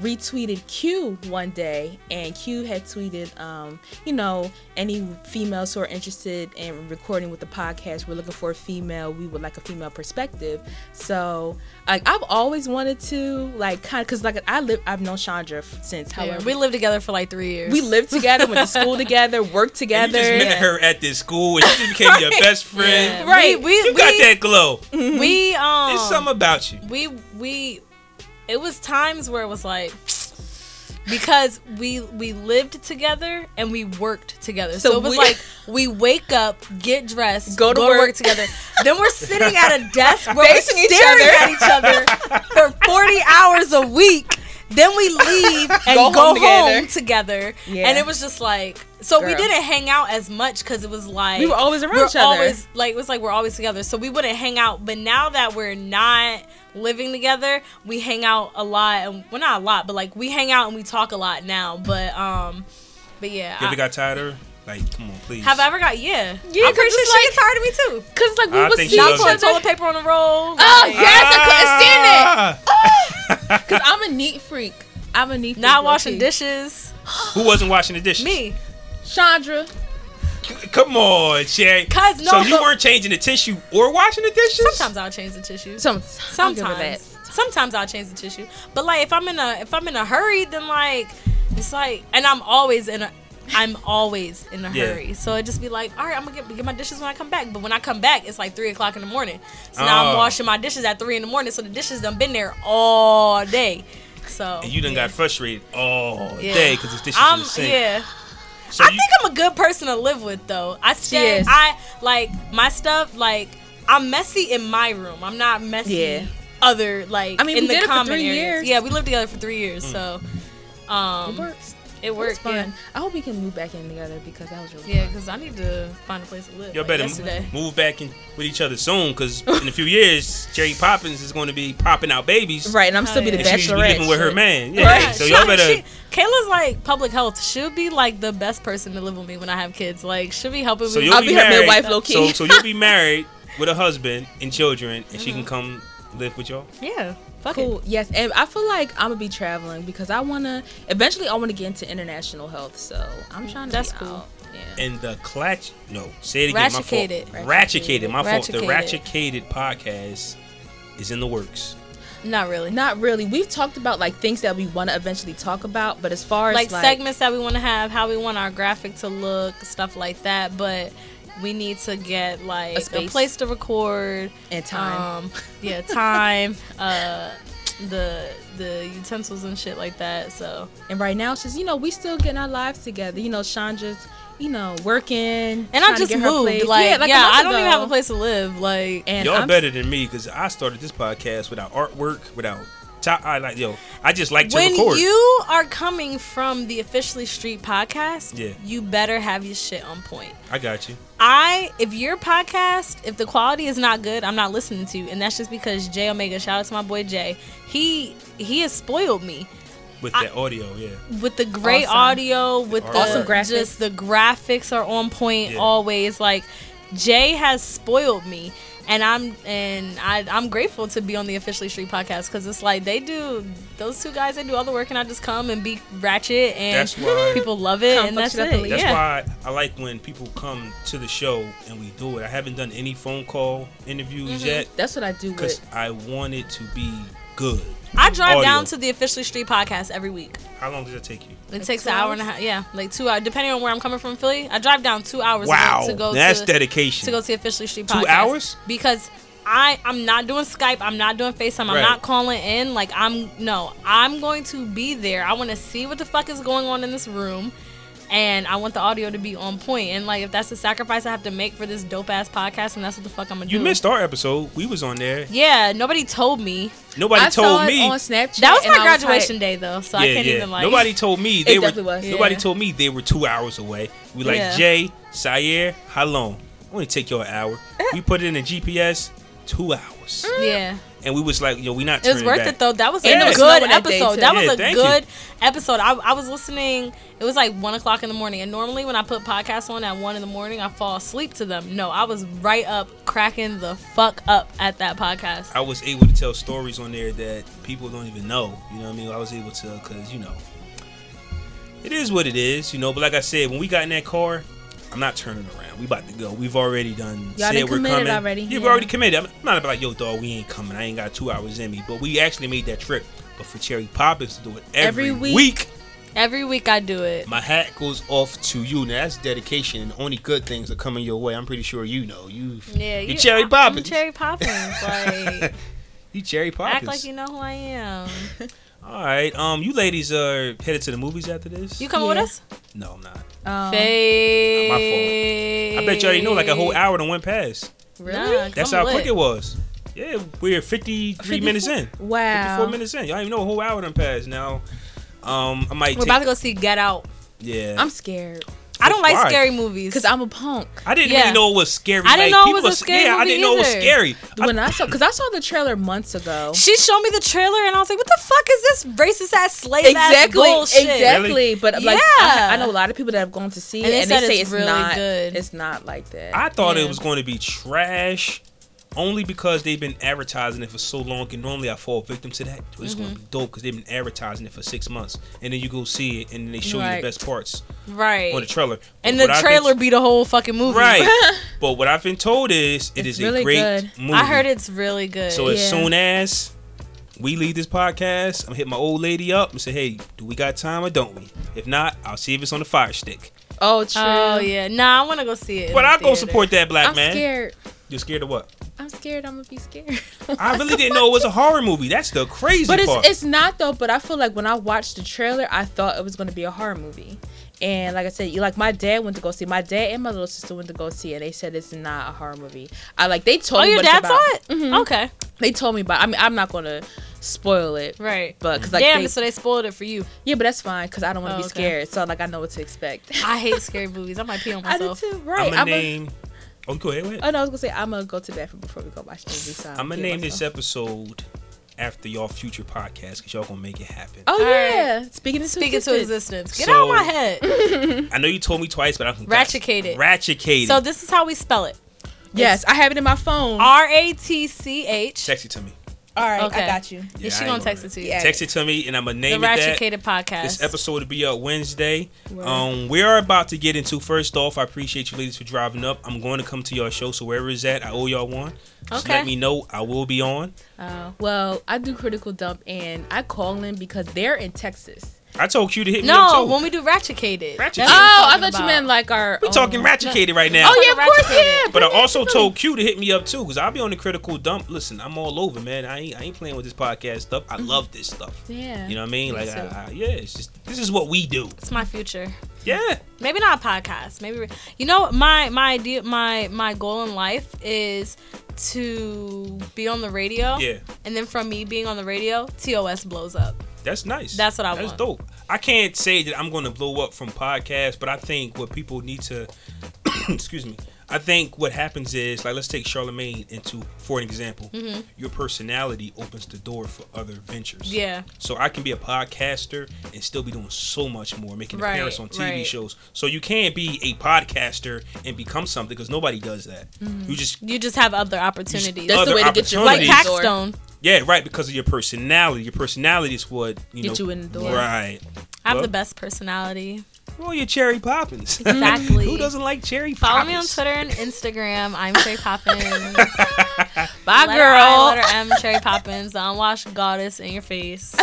C: retweeted Q one day, and Q had tweeted, um, you know, any females who are interested in recording with the podcast, we're looking for a female. We would like a female perspective. So, like, I've always wanted to, like, kind of, cause like I live, I've known Chandra f- since
B: Yeah,
C: however
B: we lived together for like three years.
C: we lived together, went
A: [LAUGHS]
C: to school together, worked
A: And
C: together.
A: you just met her at this school and she just became
B: [LAUGHS]
A: your best friend.
B: Right.
C: Right.
B: We we,
A: You got that glow. There's
B: we, we um.
A: something about you.
B: we we it was times where it was like because we we lived together and we worked together so,
C: So
B: it was
C: we-
B: like we wake up get dressed
C: Go to
B: work.
C: work.
B: together then we're sitting
C: [LAUGHS]
B: at a desk where we're
C: Facing
B: staring
C: each
B: at each other for 40 hours a week then we
C: [LAUGHS]
B: leave and go,
C: Go home
B: home,
C: together.
B: together,
C: Yeah.
B: and it was just like so we
C: Girl.
B: didn't hang out as much because it was like
C: We were always around
B: we're
C: each other.
B: always- like it was like we're always together so we wouldn't hang out but now that we're not living together we hang out a lot and well not a lot but like we hang out and we talk a lot now but um but yeah
A: You
B: I-
A: ever got tired of her? Like, come on, please.
B: have I ever got yeah
C: Yeah,
B: I'm pretty
C: 'cause
B: sure
C: it's
B: she gets tired of me too
C: Cause like we
A: I
C: would
A: think she
C: see each
A: loves
B: putting
A: it.
C: other.
B: toilet paper on a roll
C: Oh
B: like,
C: yes, I couldn't stand it.
A: Ah!
C: Cause I'm a neat freak. I'm a neat.
B: not
C: freak,
B: washing
C: low-key.
B: dishes
A: Who wasn't washing the dishes?
B: me
C: Chandra,
A: Come on, Shay.
B: 'Cause no,
A: so you
B: but-
A: weren't changing the tissue or washing the dishes?
B: sometimes I'll change the tissues
C: some, I'll give her that.
B: sometimes sometimes I'll change the tissue but like if I'm in a if I'm in a hurry then like it's like and I'm always in a I'm always in a
A: [LAUGHS] Yeah.
B: hurry so it just be like all right I'm gonna get, get my dishes when I come back but when I come back it's like three o'clock in the morning so now I'm
A: Oh.
B: washing my dishes at three in the morning so the dishes done been there all day so
A: And you done
B: yeah.
A: got frustrated all
B: Yeah.
A: day because the dishes
B: I'm
A: in the sink.
B: yeah
A: So
B: I
A: you-
B: think I'm a good person to live with though. I stay
C: is.
B: I like my stuff like I'm messy in my room. I'm not messy
C: Yeah.
B: other like
C: I mean,
B: in
C: we
B: the
C: did it for
B: common
C: three
B: areas.
C: years.
A: Mm.
B: Yeah, we lived together for 3 years, so um
C: It works.
B: It
C: It was
B: worked.
C: fun.
B: Yeah.
C: I hope we can move back in together because that was really
B: Yeah,
C: fun.
B: because I need to find a place to live.
A: Y'all
B: like
A: better
B: yesterday.
A: m- move back in with each other soon,
B: [LAUGHS]
A: because in a few years, Jerry Poppins is going to be popping out babies.
C: [LAUGHS] Right, and I'm still be the
A: And she's
C: bachelorette.
A: living with her
C: shit.
A: man. Yeah.
B: Right.
A: So y'all
B: [LAUGHS] She-
A: better.
B: she- Kayla's like public health. She'll be like the best person to live with me when I have kids. Like she'll be helping
A: So
B: me.
A: you'll
C: I'll
A: be,
C: be her
A: married.
C: midwife, low-key.
A: So, so
B: [LAUGHS]
A: you'll be married with a husband and children, and she
B: Mm-hmm.
A: can come live with y'all.
B: yeah. Fuck it.
C: Cool. Yes, and I feel like I'm gonna be traveling because I wanna eventually I wanna get into international health. So I'm trying to.
B: That's
C: be
B: cool.
C: Out. Yeah.
A: And the Clatch, no, say it again.
B: Ratchicated.
A: My fault. Ratchicated. My fault. The
B: Ratchicated.
A: Ratchicated podcast is in the works.
B: Not really.
C: Not really. We've talked about like things that we want to eventually talk about, but as far as
B: like,
C: like,
B: segments that we want to have, how we want our graphic to look, stuff like that. But we need to get like
C: A
B: a,
C: space.
B: place to record
C: and time,
B: Um, yeah, time. [LAUGHS] uh, the the utensils and shit like that. So
C: and right now it's just you know we still getting our lives together. You know, Chandra's you know working,
B: and I just moved. Like yeah, I don't even have a place to live. Like
C: And
A: Y'all
C: I'm-
A: better than me because I started this podcast without artwork, without top. I like yo. I just like to
B: when
A: record.
B: you are coming from the officially street podcast
A: Yeah.
B: you better have your shit on point
A: I got you.
B: i if your podcast if the quality is not good i'm not listening to you and that's just because jay omega shout out to my boy jay he he has spoiled me
A: With that audio, yeah.
B: with the great
C: Awesome.
B: audio, with the
A: Awesome
C: graphics.
B: just the graphics are on point
A: Yeah.
B: always. Like Jay has spoiled me, and I'm and I I'm grateful to be on the officially street podcast because it's like they do those two guys they do all the work, and I just come and be ratchet, and
A: That's why-
B: people love it,
C: Come
B: and
C: fuck
B: that's
C: shit up and
B: it.
A: That's
B: yeah.
A: why I like when people come to the show and we do it. I haven't done any phone call interviews
B: Mm-hmm.
A: yet
C: That's what I do
A: because
C: with.
A: I want it to be good.
B: I drive down
A: Audio.
B: to the officially street podcast every week.
A: How long does that take you?
B: It takes an hour and a half. Yeah, like two hours, depending on where I'm coming from, Philly. I drive down two hours a week
A: Wow,
B: to go.
A: that's
B: to,
A: dedication.
B: to go to the officially street
A: Two
B: podcast.
A: hours?
B: Because I I'm not doing Skype. I'm not doing FaceTime.
A: Right.
B: I'm not calling in. Like I'm no. I'm going to be there. I want to see what the fuck is going on in this room. And I want the audio to be on point. And like, if that's the sacrifice I have to make for this dope ass podcast, and that's what the fuck I'm gonna
A: you
B: do.
A: missed our episode. We was on there.
B: Yeah, nobody told me.
A: Nobody
C: I
A: told
C: saw
A: me.
C: it on Snapchat.
B: That was
C: and
B: my
C: I hyped.
B: graduation day though, so I can't even like.
A: Nobody told me they were.
C: definitely was.
A: Nobody
B: Yeah.
A: told me they were two hours away. We like
B: Yeah.
A: Jay, Sire, how long? Only take you an hour.
B: Eh.
A: we put it in a GPS, two hours,
B: Yeah.
A: and we was like, yo, we not.
B: Mm. It was
A: turning
B: worth
A: back.
B: it though. That was a
A: And it was
B: good
C: snowing that day,
B: episode.
C: too.
B: That
A: Yeah,
B: was a
A: thank you.
B: good episode. I, I was listening. It was like one o'clock in the morning, and normally when I put podcasts on at one in the morning, I fall asleep to them. No, I was right up cracking the fuck up at that podcast.
A: I was able to tell stories on there that people don't even know. You know what I mean? I was able to because you know, it is what it is. You know, but like I said, when we got in that car, I'm not turning around. We about to go. We've already done.
C: Y'all
A: said
C: done
A: we're
C: committed
A: coming.
C: already,
A: You've
C: yeah.
A: already committed. I'm not about like yo, dog. We ain't coming. I ain't got two hours in me. But we actually made that trip. But for Cherry Poppins to do it every,
C: Every week.
A: week,
B: Every week I do it.
A: my hat goes off to you. Now that's dedication, and only good things are coming your way. I'm pretty sure you know you.
B: Yeah,
A: you
B: you-
A: Cherry
B: I'm
A: Poppins. [LAUGHS]
B: Cherry Poppins. Like,
A: you Cherry Poppins.
B: act like you know who I am.
A: All right, um, you ladies are headed to the movies after this.
B: You coming with
C: Yeah.
B: us?
A: No, I'm not.
C: Um,
B: Faye.
A: My fault. I bet you already know like a whole hour to went past.
B: Nah,
A: That's
B: I'm
A: how quick
B: lit.
A: it was. Yeah, we're 53 minutes in.
C: Wow.
A: 54 minutes in. Y'all even know a whole hour done passed now. Um, I might
B: We're
A: take,
B: about to go see Get Out.
A: yeah.
C: I'm scared
B: I don't like
A: Why?
B: scary movies.
C: because I'm a punk.
A: I didn't
B: yeah.
A: really know it was scary.
B: I
A: like,
B: didn't know it
A: people
B: was a
A: are-
B: scary
A: Yeah, I
B: movie
A: didn't know it was
B: either.
A: scary. I-
C: When I saw, because I saw the trailer months ago.
B: She showed me the trailer and I was like, "What the fuck is this racist ass slave ass bullshit?"
C: exactly.
A: Really?
C: But like,
B: Yeah.
C: I, I know a lot of people that have gone to see it,
B: And
C: and
B: they
C: they,
B: said
C: say
B: it's
C: it's,
B: really
C: not
B: good.
C: It's not like that.
A: I thought it
B: Yeah.
A: was going to be trash only because they've been advertising it for so long. And normally I fall victim to that. It's going
B: Mm-hmm.
A: to be dope because they've been advertising it for six months. And then you go see it and then they show you
C: Right.
A: the best parts
B: Right.
A: on the trailer.
B: and
A: But
B: the
A: what I've been
B: trailer be the whole fucking movie. [LAUGHS]
A: Right. but what I've been told is it
C: It's
A: is a
C: really
A: great
C: good.
A: movie.
B: I heard it's really good.
A: So as
C: Yeah.
A: soon as we leave this podcast, I'm gonna hit my old lady up and say, "Hey, do we got time or don't we? If not, I'll see if it's on the fire stick."
C: oh, true.
B: oh yeah. Nah, I want to go see it. in
A: But
B: the
A: I'll go
B: theater.
A: support that black
C: I'm
A: man.
C: scared.
A: You're scared of what?
C: I'm scared. I'm gonna be scared.
A: [LAUGHS] I really didn't know it was a horror movie. That's the crazy
C: But
A: part.
C: it's it's not though. But I feel like when I watched the trailer, I thought it was gonna be a horror movie. And like I said, you- like my dad went to go see. My dad and my little sister went to go see, it, and they said it's not a horror movie. I like they told
B: Oh,
C: me
B: your
C: what it's
B: dad saw
C: about.
B: it? Okay.
C: They told me about. I mean, I'm not gonna spoil it.
B: Right.
C: But because like
B: Damn,
C: they-
B: so they spoiled it for you.
C: yeah, but that's fine because I don't want to
B: Oh,
C: be
B: okay.
C: scared. So like I know what to expect.
B: [LAUGHS] I hate scary movies. I might pee on
C: I do
B: myself.
C: too. Right.
A: I'm gonna name. oh, go ahead. Go ahead.
C: oh no, I was gonna say I'm gonna go to the bathroom before we go watch the movie. So
A: I'm gonna name this episode after y'all future podcast because y'all gonna make it happen.
C: Oh
B: All right.
C: yeah. Speaking of
B: Speak into existence. Get
A: So-
B: out of my head.
A: I know you told me twice, but I'm
B: Ratchicated.
A: Ratchicated.
B: So this is how we spell it.
C: Yes, I have it in my phone. All
B: R A T C H.
A: text it to me.
C: right,
B: Okay.
C: I got you.
B: Yeah, she
A: I ain't
B: gonna
A: gonna
B: text
A: read
B: it to
A: it.
B: you.
C: Yeah.
A: Text it to me, and I'm gonna
B: The
A: name it that.
B: Ratchicated Podcast.
A: This episode will be up Wednesday. Um, we are about to get into. First off, I appreciate you ladies for driving up. I'm going to come to your show, so wherever it's at, I owe y'all one. Just
B: Okay.
A: let me know. I will be on.
C: Uh, well, I do critical dump and I call in because they're in Texas.
A: I told you to hit me up
B: no,
A: too.
B: when we do Ratchicated.
A: Ratchicated.
B: That's what
C: Oh, I
B: I'm
C: thought
B: talking about.
C: you meant like our.
A: we talking ratchicated right now.
C: Oh yeah, of course,
B: Ratcheted.
C: yeah.
A: But I also told Q to hit me up too, cause I'll be on the critical dump. Listen, I'm all over, man. I ain't, I ain't playing with this podcast stuff. I love this stuff.
C: Yeah.
A: You know what I mean? Like,
C: too.
A: I, I, yeah, it's just this is what we do.
B: It's my future.
A: Yeah.
B: maybe not a podcast maybe you know my my idea my my goal in life is to be on the radio
A: Yeah.
B: and then from me being on the radio tos blows up
A: That's nice.
B: That's what I
A: That's
B: want.
A: dope. I can't say that I'm going to blow up from podcasts, but I think what people need to, [CLEARS THROAT] excuse me, I think what happens is like let's take Charlemagne into for an example.
B: Mm-hmm.
A: Your personality opens the door for other ventures.
B: Yeah.
A: So I can be a podcaster and still be doing so much more, making
B: Right,
A: appearances on TV
B: right.
A: shows. So you can't be a podcaster and become something because nobody does that.
B: Mm-hmm.
A: You just
B: you just have other opportunities
C: That's the
A: other
C: way to get your
B: like
A: opportunities.
B: tax
C: Door.
B: stone
A: yeah, right. Because of your personality, your personality is what you
C: Get
A: know.
C: you in the door.
A: Right.
B: i have
A: Well.
B: the best personality
A: Well, you're Cherry Poppins. [LAUGHS]
B: Exactly.
A: Who doesn't like Cherry Poppins?
B: follow me on twitter and instagram i'm
A: [LAUGHS]
B: cherry poppins
C: Bye,
B: Letter
C: girl.
B: I, letter m cherry poppins the unwashed goddess in your face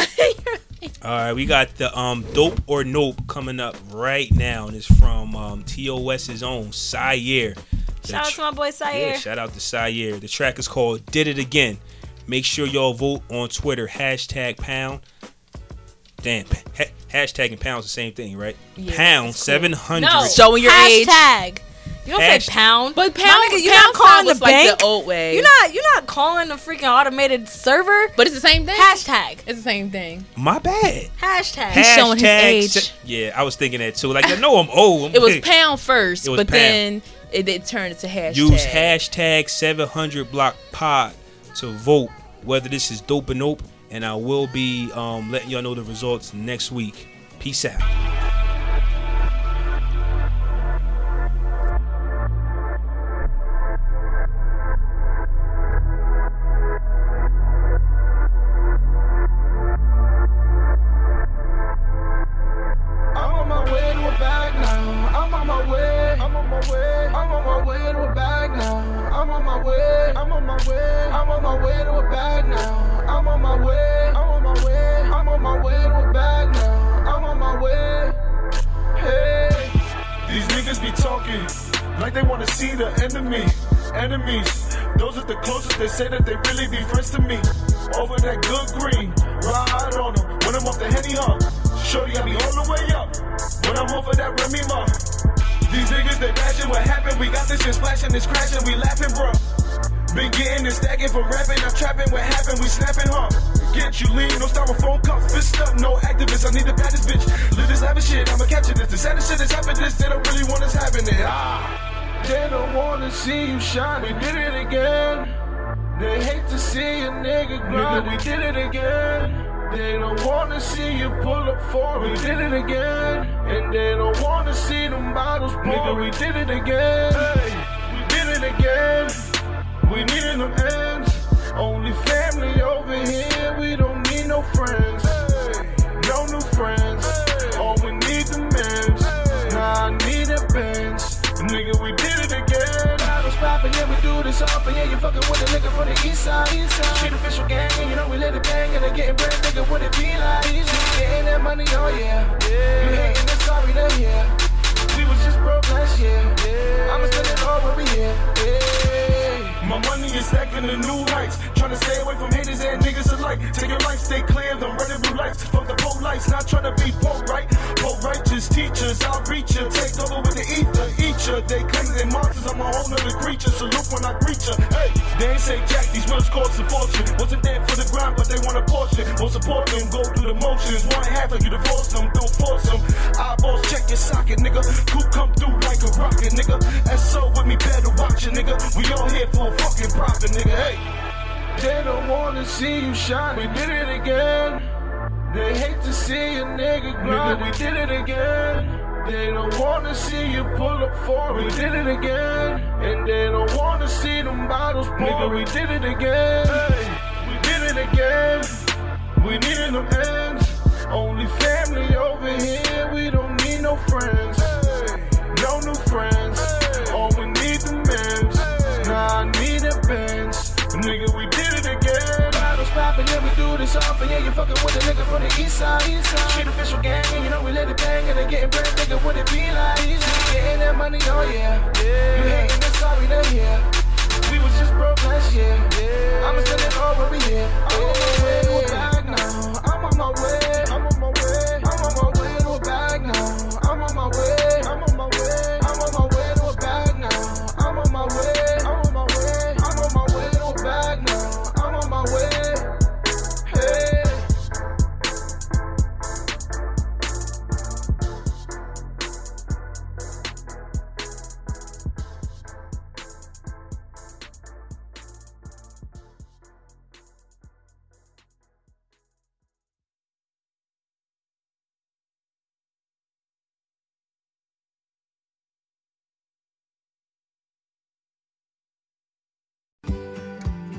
A: All right, we got the um dope or nope coming up right now, and it's from um, TOS's own Sire. The
B: shout out
A: tr-
B: to my boy
A: yeah,
B: Sayer.
A: shout out to Sire. The track is called "Did It Again." Make sure y'all vote on Twitter hashtag pound. Damn, ha- hashtag and pound's the same thing, right? pound seven hundred.
B: no
C: Showing your age.
B: hashtag you don't
A: Hasht-
B: say pound
C: But
B: My
C: pound,
B: nigga, you
C: pound
B: not calling
C: calling
B: the
C: was like
B: bank
C: the old way.
B: You're not you're not calling the freaking automated server.
C: But it's the same thing.
B: Hashtag.
C: It's the same thing.
A: my bad.
B: Hashtag.
C: He's showing his
A: Hashtag
C: age.
A: se- yeah, I was thinking that too. Like, I know I'm old.
C: It was pound first,
A: It was
C: but
A: pound.
C: then it, it turned into hashtag.
A: Use hashtag 700 block pod to vote whether this is dope or nope. And I will be um, letting y'all know the results next week. Peace out.
D: I'm on my way to a bag now. I'm on my way. I'm on my way. I'm on my way to a bag now. I'm on my way. I'm on my way. I'm on my way to a bag now. I'm on my way. I'm on my way. I'm on my way to a bag now. I'm on my way. Hey. These niggas be talking like they wanna see the enemy. Enemies, those are the closest they say that they really be friends to me. Over that good green, ride on them. When I'm off the henny up, shorty I be all the way up. When I'm over that Remy Ma. These niggas they passion what happened. We got this shit splashing, it's crashing, we laughing, bro. Been getting and stacking from rapping, I'm trapping, what happened? We snapping, huh? Get you lean, no styrofoam cups, fist up, no activists. I need the baddest bitch. Live this lavish shit, I'ma capture this. The saddest shit is happening, this, they don't really want us having it. Ah, they don't wanna see you shine. We did it again. They hate to see a nigga grind. we did it again. They don't wanna see you pull up for it. We did it again. And they don't wanna see them bottles pour. Nigga, we did it again. Hey, we did it again. We needin' them ends. Only family over here. We don't need no friends. No new friends. All we need the men's. Nah, I need a bench. Nigga, we did it again. Bottles poppin', yeah, we do this often. Yeah, you fuckin' with a nigga from the east side. East side. Shit official gang, and you know we let it bang. And they gettin' bread, nigga, what it be like? Nigga, Getting that money, oh yeah. You hatin', that's sorry to hear. We was just broke last year. I'ma spend it all over here. Yeah. My money is stacking the new lights. Tryna stay away from haters and niggas alike. Take your life, stay clear of them red and blue lights. Fuck the pole lights, not tryna be poor, right? Poor righteous teachers, I'll reach ya. Take over with the ether, eat ya. They claim they monsters, I'm a whole nother creature. Salute when I greet ya. Hey, they ain't say jack, these words cost a fortune. Wasn't there for the grind, but they want a portion. Won't support them, go through the motions. One half like you divorce them, don't force them. Eyeballs check your socket, nigga. Coop come through like a rocket, nigga. SO with me, better watch it, nigga. We all here for a fucking profit, nigga. Hey. They don't wanna see you shine. We did it again. They hate to see a nigga grind. Nigga, we did it again. They don't wanna see you pull up for it. We did it again. And they don't wanna see them bottles pour. Nigga, we did it again. Hey, we did it again. We needin' them ends. Only family over here. We don't need no friends. No new friends. All we need the men's. Nah, I need a bench. Nigga, we did it again. Bottles popping, yeah, we do this often. Yeah, you fucking with a nigga from the east side. East side. Shit official gang, and you know we let it bang. And they getting bread, nigga, what it be like? Getting that money, oh yeah. You hating this, sorry, they here. We was just broke last year. I'ma spend it all over here. I'm on my way to a bag now. I'm on my way. I'm on my way. I'm on my way to a bag now. I'm on my way. I'm on my way. I'm on my way to a bag now. I'm on my way. I'm on my way. I'm on my way to a bag now. I'm on my way. Hey.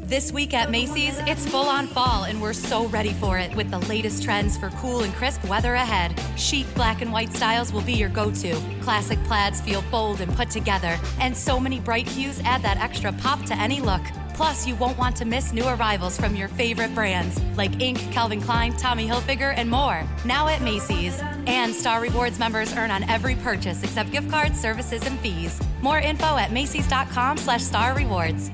E: This week at Macy's, it's full on fall and we're so ready for it with the latest trends for cool and crisp weather ahead. Chic black and white styles will be your go to. Classic plaids feel bold and put together, and so many bright hues add that extra pop to any look. Plus, you won't want to miss new arrivals from your favorite brands like Inc., Calvin Klein, Tommy Hilfiger, and more. Now at Macy's. And Star Rewards members earn on every purchase except gift cards, services, and fees. More info at Macy's.com slash Star Rewards.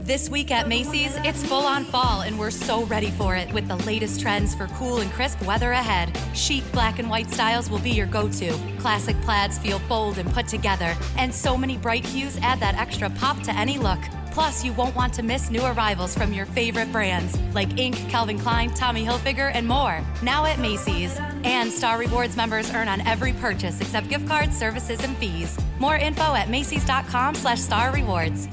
E: This week at Macy's, it's full on fall and we're so ready for it with the latest trends for cool and crisp weather ahead. Chic black and white styles will be your go to. Classic plaids feel bold and put together, and so many bright hues add that extra pop to any look. Plus, you won't want to miss new arrivals from your favorite brands like Inc., Calvin Klein, Tommy Hilfiger, and more. Now at Macy's. And Star Rewards members earn on every purchase except gift cards, services, and fees. More info at Macy's.com slash Star Rewards.